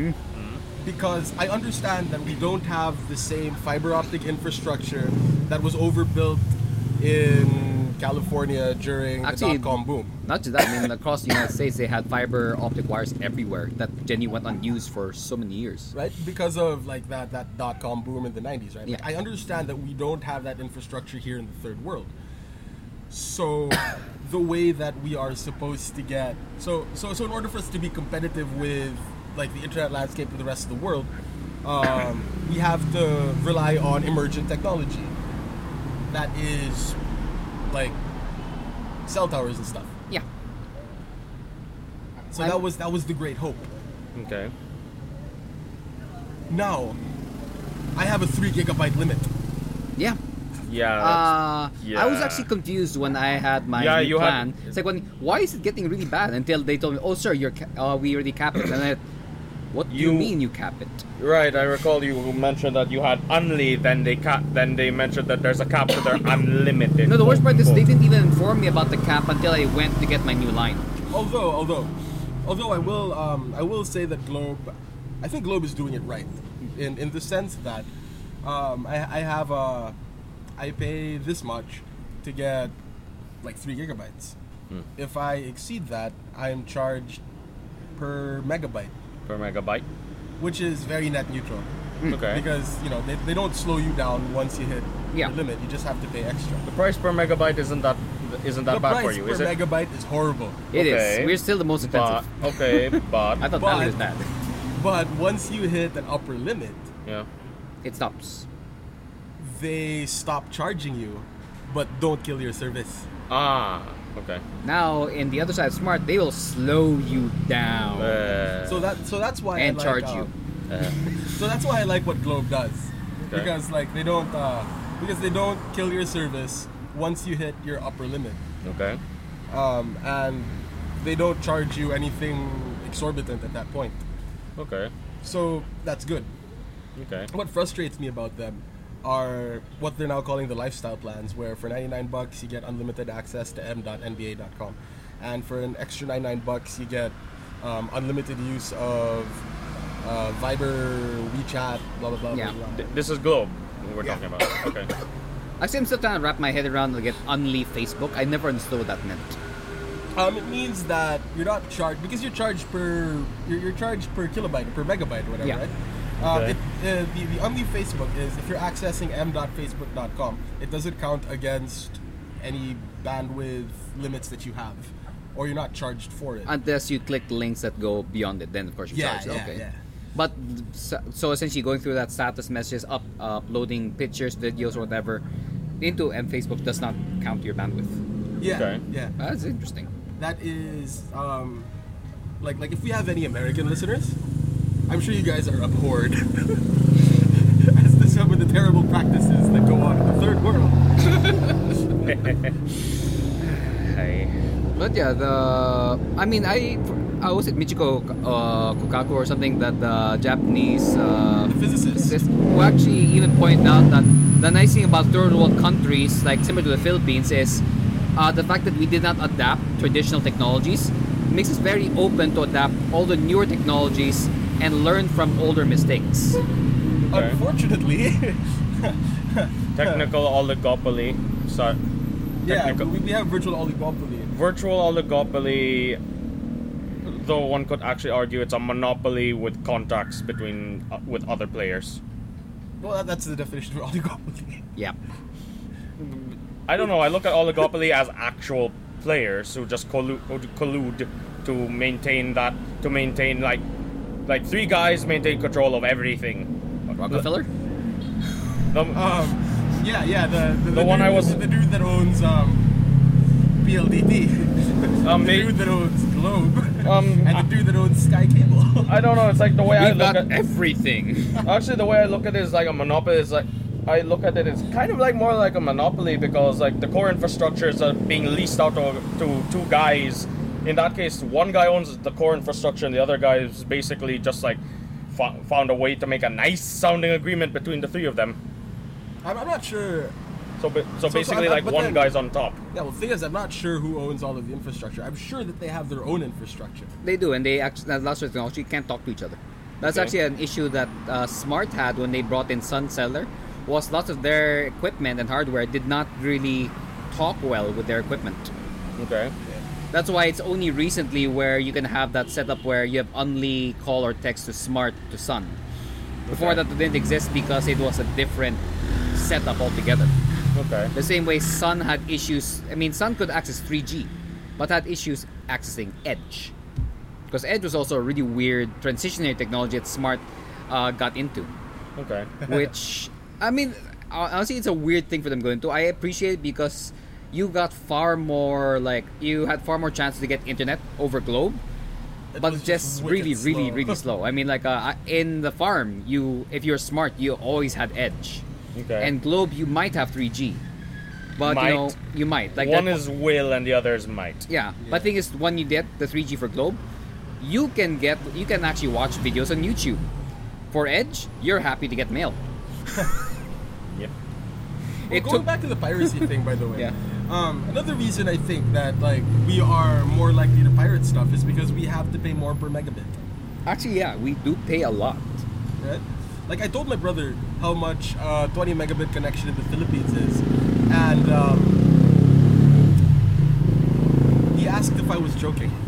Speaker 3: Because I understand that we don't have the same fiber optic infrastructure that was overbuilt in California during the
Speaker 1: Actually,
Speaker 3: dot com boom.
Speaker 1: Not just that, I mean, across the United States, they had fiber optic wires everywhere that Jenny went unused for so many years.
Speaker 3: Right? Because of like that that dot com boom in the 90s, right? Like,
Speaker 1: Yeah.
Speaker 3: I understand that we don't have that infrastructure here in the third world. So the way that we are supposed to get so so so in order for us to be competitive with like the internet landscape of the rest of the world, um, we have to rely on emergent technology. That is like cell towers and stuff.
Speaker 1: Yeah.
Speaker 3: So that was that was the great hope.
Speaker 2: Okay.
Speaker 3: Now I have a three gigabyte limit.
Speaker 1: Yeah.
Speaker 2: Yeah. that's-
Speaker 1: Uh, I was
Speaker 2: yeah.
Speaker 1: actually confused when I had my
Speaker 2: Yeah,
Speaker 1: new
Speaker 2: you had-
Speaker 1: plan. It's like, when, why is it getting really bad? Until they told me, oh, sir, you're ca- uh, we already capped it. And I, what do you
Speaker 2: You-
Speaker 1: mean you cap it?
Speaker 2: right. I recall you mentioned that you had only. Then they cap. Then they mentioned that there's a cap to their unlimited.
Speaker 1: No, the worst part is
Speaker 2: Oh.
Speaker 1: they didn't even inform me about the cap until I went to get my new line.
Speaker 3: Although, although, although I will, um, I will say that Globe, I think Globe is doing it right, in in the sense that, um, I, I have a, I pay this much, to get, like three gigabytes.
Speaker 2: Hmm.
Speaker 3: If I exceed that, I am charged, per megabyte,
Speaker 2: per megabyte.
Speaker 3: which is very net neutral,
Speaker 2: Okay.
Speaker 3: because you know they, they don't slow you down once you hit
Speaker 1: Yeah.
Speaker 3: your limit. You just have to pay extra.
Speaker 2: the price per megabyte isn't that isn't that
Speaker 3: the
Speaker 2: bad
Speaker 3: price
Speaker 2: for you,
Speaker 3: per
Speaker 2: is it?
Speaker 3: megabyte is horrible.
Speaker 1: It is.
Speaker 2: Okay.
Speaker 1: We're still the most
Speaker 2: But
Speaker 1: expensive.
Speaker 2: okay, but
Speaker 1: I thought
Speaker 3: but-
Speaker 1: that was bad.
Speaker 3: But once you hit an upper limit,
Speaker 2: yeah.
Speaker 1: It stops.
Speaker 3: they stop charging you, but don't kill your service.
Speaker 2: Ah, okay.
Speaker 1: Now, in the other side of Smart, they will slow you down.
Speaker 2: Uh,
Speaker 3: So that so that's why I
Speaker 1: and
Speaker 3: like,
Speaker 1: charge
Speaker 3: uh,
Speaker 1: you.
Speaker 2: uh,
Speaker 3: So that's why I like what Globe does,
Speaker 2: Okay.
Speaker 3: because like they don't uh, because they don't kill your service once you hit your upper limit,
Speaker 2: okay.
Speaker 3: um, and they don't charge you anything exorbitant at that point.
Speaker 2: Okay.
Speaker 3: So that's good.
Speaker 2: Okay.
Speaker 3: What frustrates me about them are what they're now calling the lifestyle plans, where for 99 bucks you get unlimited access to m.nba.com, and for an extra 99 bucks you get um, unlimited use of uh, Viber, WeChat, blah blah blah.
Speaker 1: Yeah.
Speaker 3: blah, blah.
Speaker 2: Th- this is Globe we're
Speaker 3: Yeah.
Speaker 2: talking about. Okay.
Speaker 1: Actually, I'm still trying to wrap my head around like an only Facebook. I never understood what that meant.
Speaker 3: Um, it means that you're not charged because you're charged per you're, you're charged per kilobyte or per megabyte or whatever,
Speaker 1: Yeah.
Speaker 3: right? Uh,
Speaker 2: Okay.
Speaker 3: it, uh, the, the only Facebook is if you're accessing m.facebook.com, it doesn't count against any bandwidth limits that you have, or you're not charged for it.
Speaker 1: Unless you click links that go beyond it, then of course you
Speaker 3: Yeah,
Speaker 1: charge.
Speaker 3: yeah,
Speaker 1: okay.
Speaker 3: yeah.
Speaker 1: But so, so essentially, going through that status messages, up uploading pictures, videos, or whatever, into and Facebook does not count your bandwidth.
Speaker 3: yeah,
Speaker 2: okay.
Speaker 3: yeah.
Speaker 1: That's interesting.
Speaker 3: That is um, like like if we have any American listeners, I'm sure you guys are abhorred as to some of the terrible practices that go on in the third world.
Speaker 2: Hey.
Speaker 1: But yeah, the I mean, I I was at Michiko uh, Kokaku or something that the Japanese uh,
Speaker 3: Physicist.
Speaker 1: physicist who actually even pointed out that the nice thing about third world countries like similar to the Philippines is uh, the fact that we did not adapt traditional technologies makes us very open to adapt all the newer technologies and learn from older mistakes.
Speaker 2: Okay.
Speaker 3: Unfortunately,
Speaker 2: Technical oligopoly. Sorry.
Speaker 3: yeah,
Speaker 2: Technical.
Speaker 3: we, we have virtual oligopoly.
Speaker 2: Virtual oligopoly. Though one could actually argue it's a monopoly with contacts between uh, with other players.
Speaker 3: Well, that, that's the definition of oligopoly.
Speaker 1: Yeah.
Speaker 2: I don't know. I look at oligopoly as actual players who just collude, collude to maintain that to maintain like like three guys maintain control of everything.
Speaker 1: Rockefeller?
Speaker 2: The,
Speaker 3: Um, yeah, yeah, the the,
Speaker 2: The one
Speaker 3: dude,
Speaker 2: I was-
Speaker 3: the, dude that owns um, PLDT,
Speaker 2: Um,
Speaker 3: the
Speaker 2: may-
Speaker 3: dude that owns Globe,
Speaker 2: Um,
Speaker 3: and the dude that owns Sky Cable.
Speaker 2: I don't know. It's like the way I
Speaker 1: We've
Speaker 2: look
Speaker 1: got
Speaker 2: at
Speaker 1: everything.
Speaker 2: actually the way I look at it is like a monopoly. It's like I look at it. It's kind of like more like a monopoly because like the core infrastructure is uh, being leased out to, to two guys. In that case, one guy owns the core infrastructure, and the other guy is basically just like fo- found a way to make a nice sounding agreement between the three of them.
Speaker 3: I'm, I'm not sure.
Speaker 2: So, ba-
Speaker 3: so
Speaker 2: so, basically,
Speaker 3: I'm-
Speaker 2: like
Speaker 3: but
Speaker 2: one
Speaker 3: then-
Speaker 2: guy's on top.
Speaker 3: Yeah, well, the thing is, I'm not sure who owns all of the infrastructure. I'm sure that they have their own infrastructure.
Speaker 1: They do, and they actually that's the technology can't talk to each other. That's
Speaker 2: Okay.
Speaker 1: actually an issue that uh, Smart had when they brought in Sun Seller, was lots of their equipment and hardware did not really talk well with their equipment.
Speaker 2: Okay.
Speaker 1: That's why it's only recently where you can have that setup where you have only call or text to Smart to Sun. Before
Speaker 2: Okay.
Speaker 1: that, it didn't exist because it was a different setup altogether.
Speaker 2: Okay.
Speaker 1: The same way Sun had issues. I mean, Sun could access 3G, but had issues accessing Edge, because Edge was also a really weird transitionary technology that Smart uh, got into.
Speaker 2: Okay.
Speaker 1: Which, I mean, hon- honestly, it's a weird thing for them going to. I appreciate it because you got far more like you had far more chances to get internet over globe
Speaker 3: It
Speaker 1: but
Speaker 3: was
Speaker 1: it's just
Speaker 3: wicked
Speaker 1: really, really,
Speaker 3: slow.
Speaker 1: really slow. I mean, like uh, in the farm, you if you're smart, you always had edge.
Speaker 2: Okay.
Speaker 1: And globe, you might have 3G, but
Speaker 2: Might.
Speaker 1: you know you might like
Speaker 2: one
Speaker 1: that-
Speaker 2: is will and the other is might.
Speaker 1: yeah.
Speaker 3: Yeah.
Speaker 1: But thing is, when you get the 3G for globe, you can get you can actually watch videos on YouTube. For edge, you're happy to get mail.
Speaker 2: Yeah.
Speaker 3: Well,
Speaker 1: It
Speaker 3: going
Speaker 1: took-
Speaker 3: back to the piracy thing, by the way.
Speaker 1: Yeah.
Speaker 3: Um, another reason I think that like we are more likely to pirate stuff is because we have to pay more per megabit,
Speaker 1: Actually, yeah, we do pay a lot.
Speaker 3: right? Like I told my brother how much uh, 20 megabit connection in the Philippines is, and um, he asked if I was joking.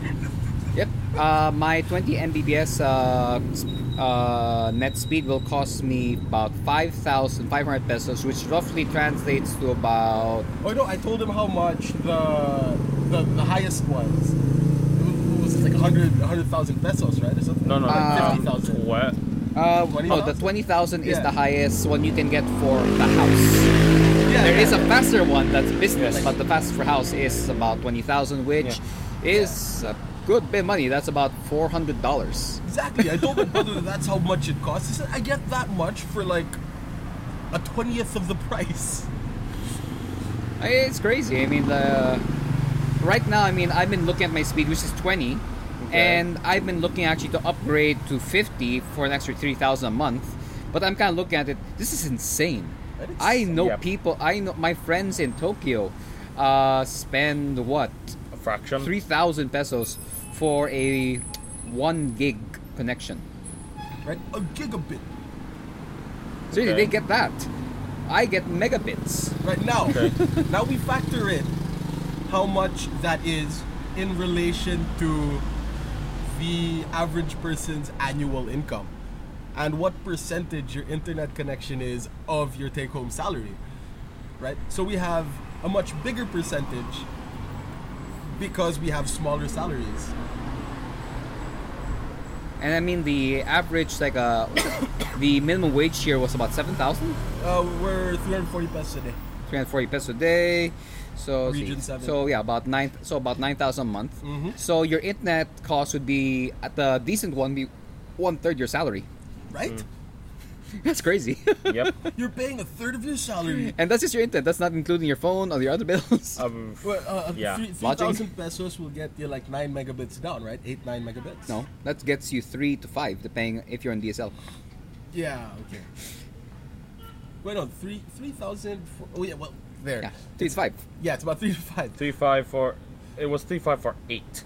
Speaker 1: Yep. Uh, my 20 Mbps uh, s- uh, net speed will cost me about 5,500 pesos, which roughly translates to about
Speaker 3: Oh no, I told him how much the the, the highest was. It was, what was it, like 100 100,000 pesos, right, or something?
Speaker 2: No, no,
Speaker 3: like
Speaker 1: Uh,
Speaker 2: like,
Speaker 3: 50,000.
Speaker 2: What?
Speaker 1: Uh, oh,
Speaker 3: 20,000?
Speaker 1: the 20,000 is
Speaker 3: Yeah.
Speaker 1: the highest one you can get for the house.
Speaker 3: Yeah,
Speaker 1: There
Speaker 3: yeah.
Speaker 1: is a faster one that's business,
Speaker 2: Yes.
Speaker 1: but the fast for house is about 20,000, which is a good bit of money. That's about $400.
Speaker 3: Exactly. I told my brother that that's how much it costs. He said, I get that much for like a twentieth of the price.
Speaker 1: I- It's crazy. I mean, the right now, I mean, I've been looking at my speed, which is 20,
Speaker 2: Okay.
Speaker 1: and I've been looking actually to upgrade to 50 for an extra 3,000 a month. But I'm kind of looking at it. This is insane.
Speaker 3: That is-
Speaker 1: I know
Speaker 2: Yep.
Speaker 1: people. I know my friends in Tokyo uh, spend what
Speaker 2: A fraction.
Speaker 1: three thousand pesos for a one gig connection.
Speaker 3: Right? A gigabit.
Speaker 1: Seriously,
Speaker 2: Okay.
Speaker 1: they get that. I get megabits.
Speaker 3: Right now.
Speaker 2: Okay.
Speaker 3: now we factor in how much that is in relation to the average person's annual income and what percentage your internet connection is of your take home salary. Right? So we have a much bigger percentage because we have smaller salaries.
Speaker 1: And I mean, the average like uh, the minimum wage here was about seven thousand.
Speaker 3: Uh, we're 340 pesos a day.
Speaker 1: 340 pesos a day. So let's see.
Speaker 3: Region seven. Mm-hmm.
Speaker 1: So yeah, about nine. So about nine thousand a month. So your internet cost would be at the decent one be one third your salary.
Speaker 3: Right?
Speaker 1: That's crazy.
Speaker 2: Yep.
Speaker 3: You're paying a third of your salary.
Speaker 1: and that's just your internet. That's not including your phone or your other bills.
Speaker 2: Um,
Speaker 3: Well, uh,
Speaker 2: Yeah.
Speaker 3: three
Speaker 1: Lodging?
Speaker 3: thousand pesos will get you like nine megabits down, right? Eight, nine megabits.
Speaker 1: no, that gets you three to five, depending if you're on DSL.
Speaker 3: Yeah. Okay. Wait, no, three, three thousand. four- Oh yeah. Well, there.
Speaker 1: Yeah, three to five.
Speaker 3: Yeah, it's about three to five.
Speaker 2: three five four. It was three five four eight.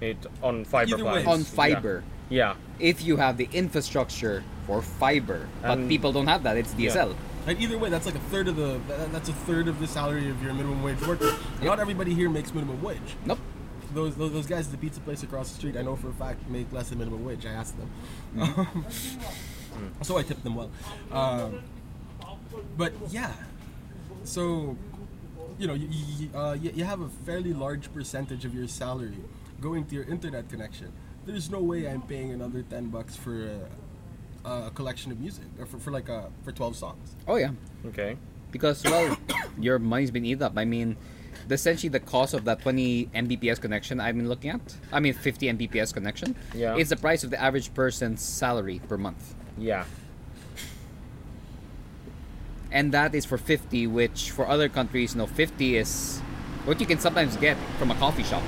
Speaker 2: It on fiber
Speaker 3: Either way.
Speaker 2: plans.
Speaker 1: On
Speaker 2: Yeah.
Speaker 1: fiber.
Speaker 2: Yeah.
Speaker 1: If you have the infrastructure for fiber, but
Speaker 2: And-
Speaker 1: people don't have that. It's DSL.
Speaker 3: Like either way, that's like a third of the. that- That's a third of the salary of your minimum wage worker. Not everybody here makes minimum wage.
Speaker 1: Nope.
Speaker 3: Those, those those guys at the pizza place across the street, I know for a fact, make less than minimum wage. I asked them. so I tipped them well. Um, but yeah, so you know, you, you, you- uh, you, you have a fairly large percentage of your salary going to your internet connection. There's no way I'm paying another ten bucks for a, a collection of music, or for, for like a for twelve songs.
Speaker 1: Oh yeah.
Speaker 2: Okay.
Speaker 1: because well your money's been eaten up i mean essentially the cost of that 20 mbps connection i've been looking at i mean 50 mbps connection
Speaker 2: Yeah.
Speaker 1: is the price of the average person's salary per month
Speaker 2: Yeah.
Speaker 1: and that is for 50 which for other countries you know 50 is what you can sometimes get from a coffee shop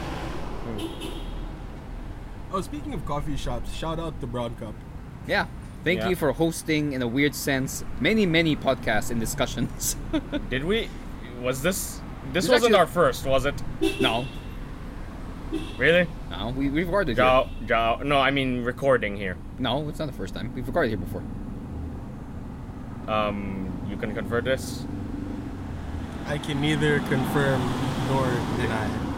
Speaker 3: Oh, speaking of coffee shops, shout out the Brown Cup.
Speaker 1: yeah thank
Speaker 2: Yeah.
Speaker 1: you for hosting in a weird sense many many podcasts and discussions
Speaker 2: Did we? was this this
Speaker 1: This
Speaker 2: wasn't
Speaker 1: actually-
Speaker 2: our first, was it?
Speaker 1: No,
Speaker 2: Really?
Speaker 1: no, we we've recorded here.
Speaker 2: Jao, Jao. No, I mean recording here.
Speaker 1: No, it's not the first time. We've recorded here before.
Speaker 2: Um, you can convert this.
Speaker 3: I can neither confirm nor deny.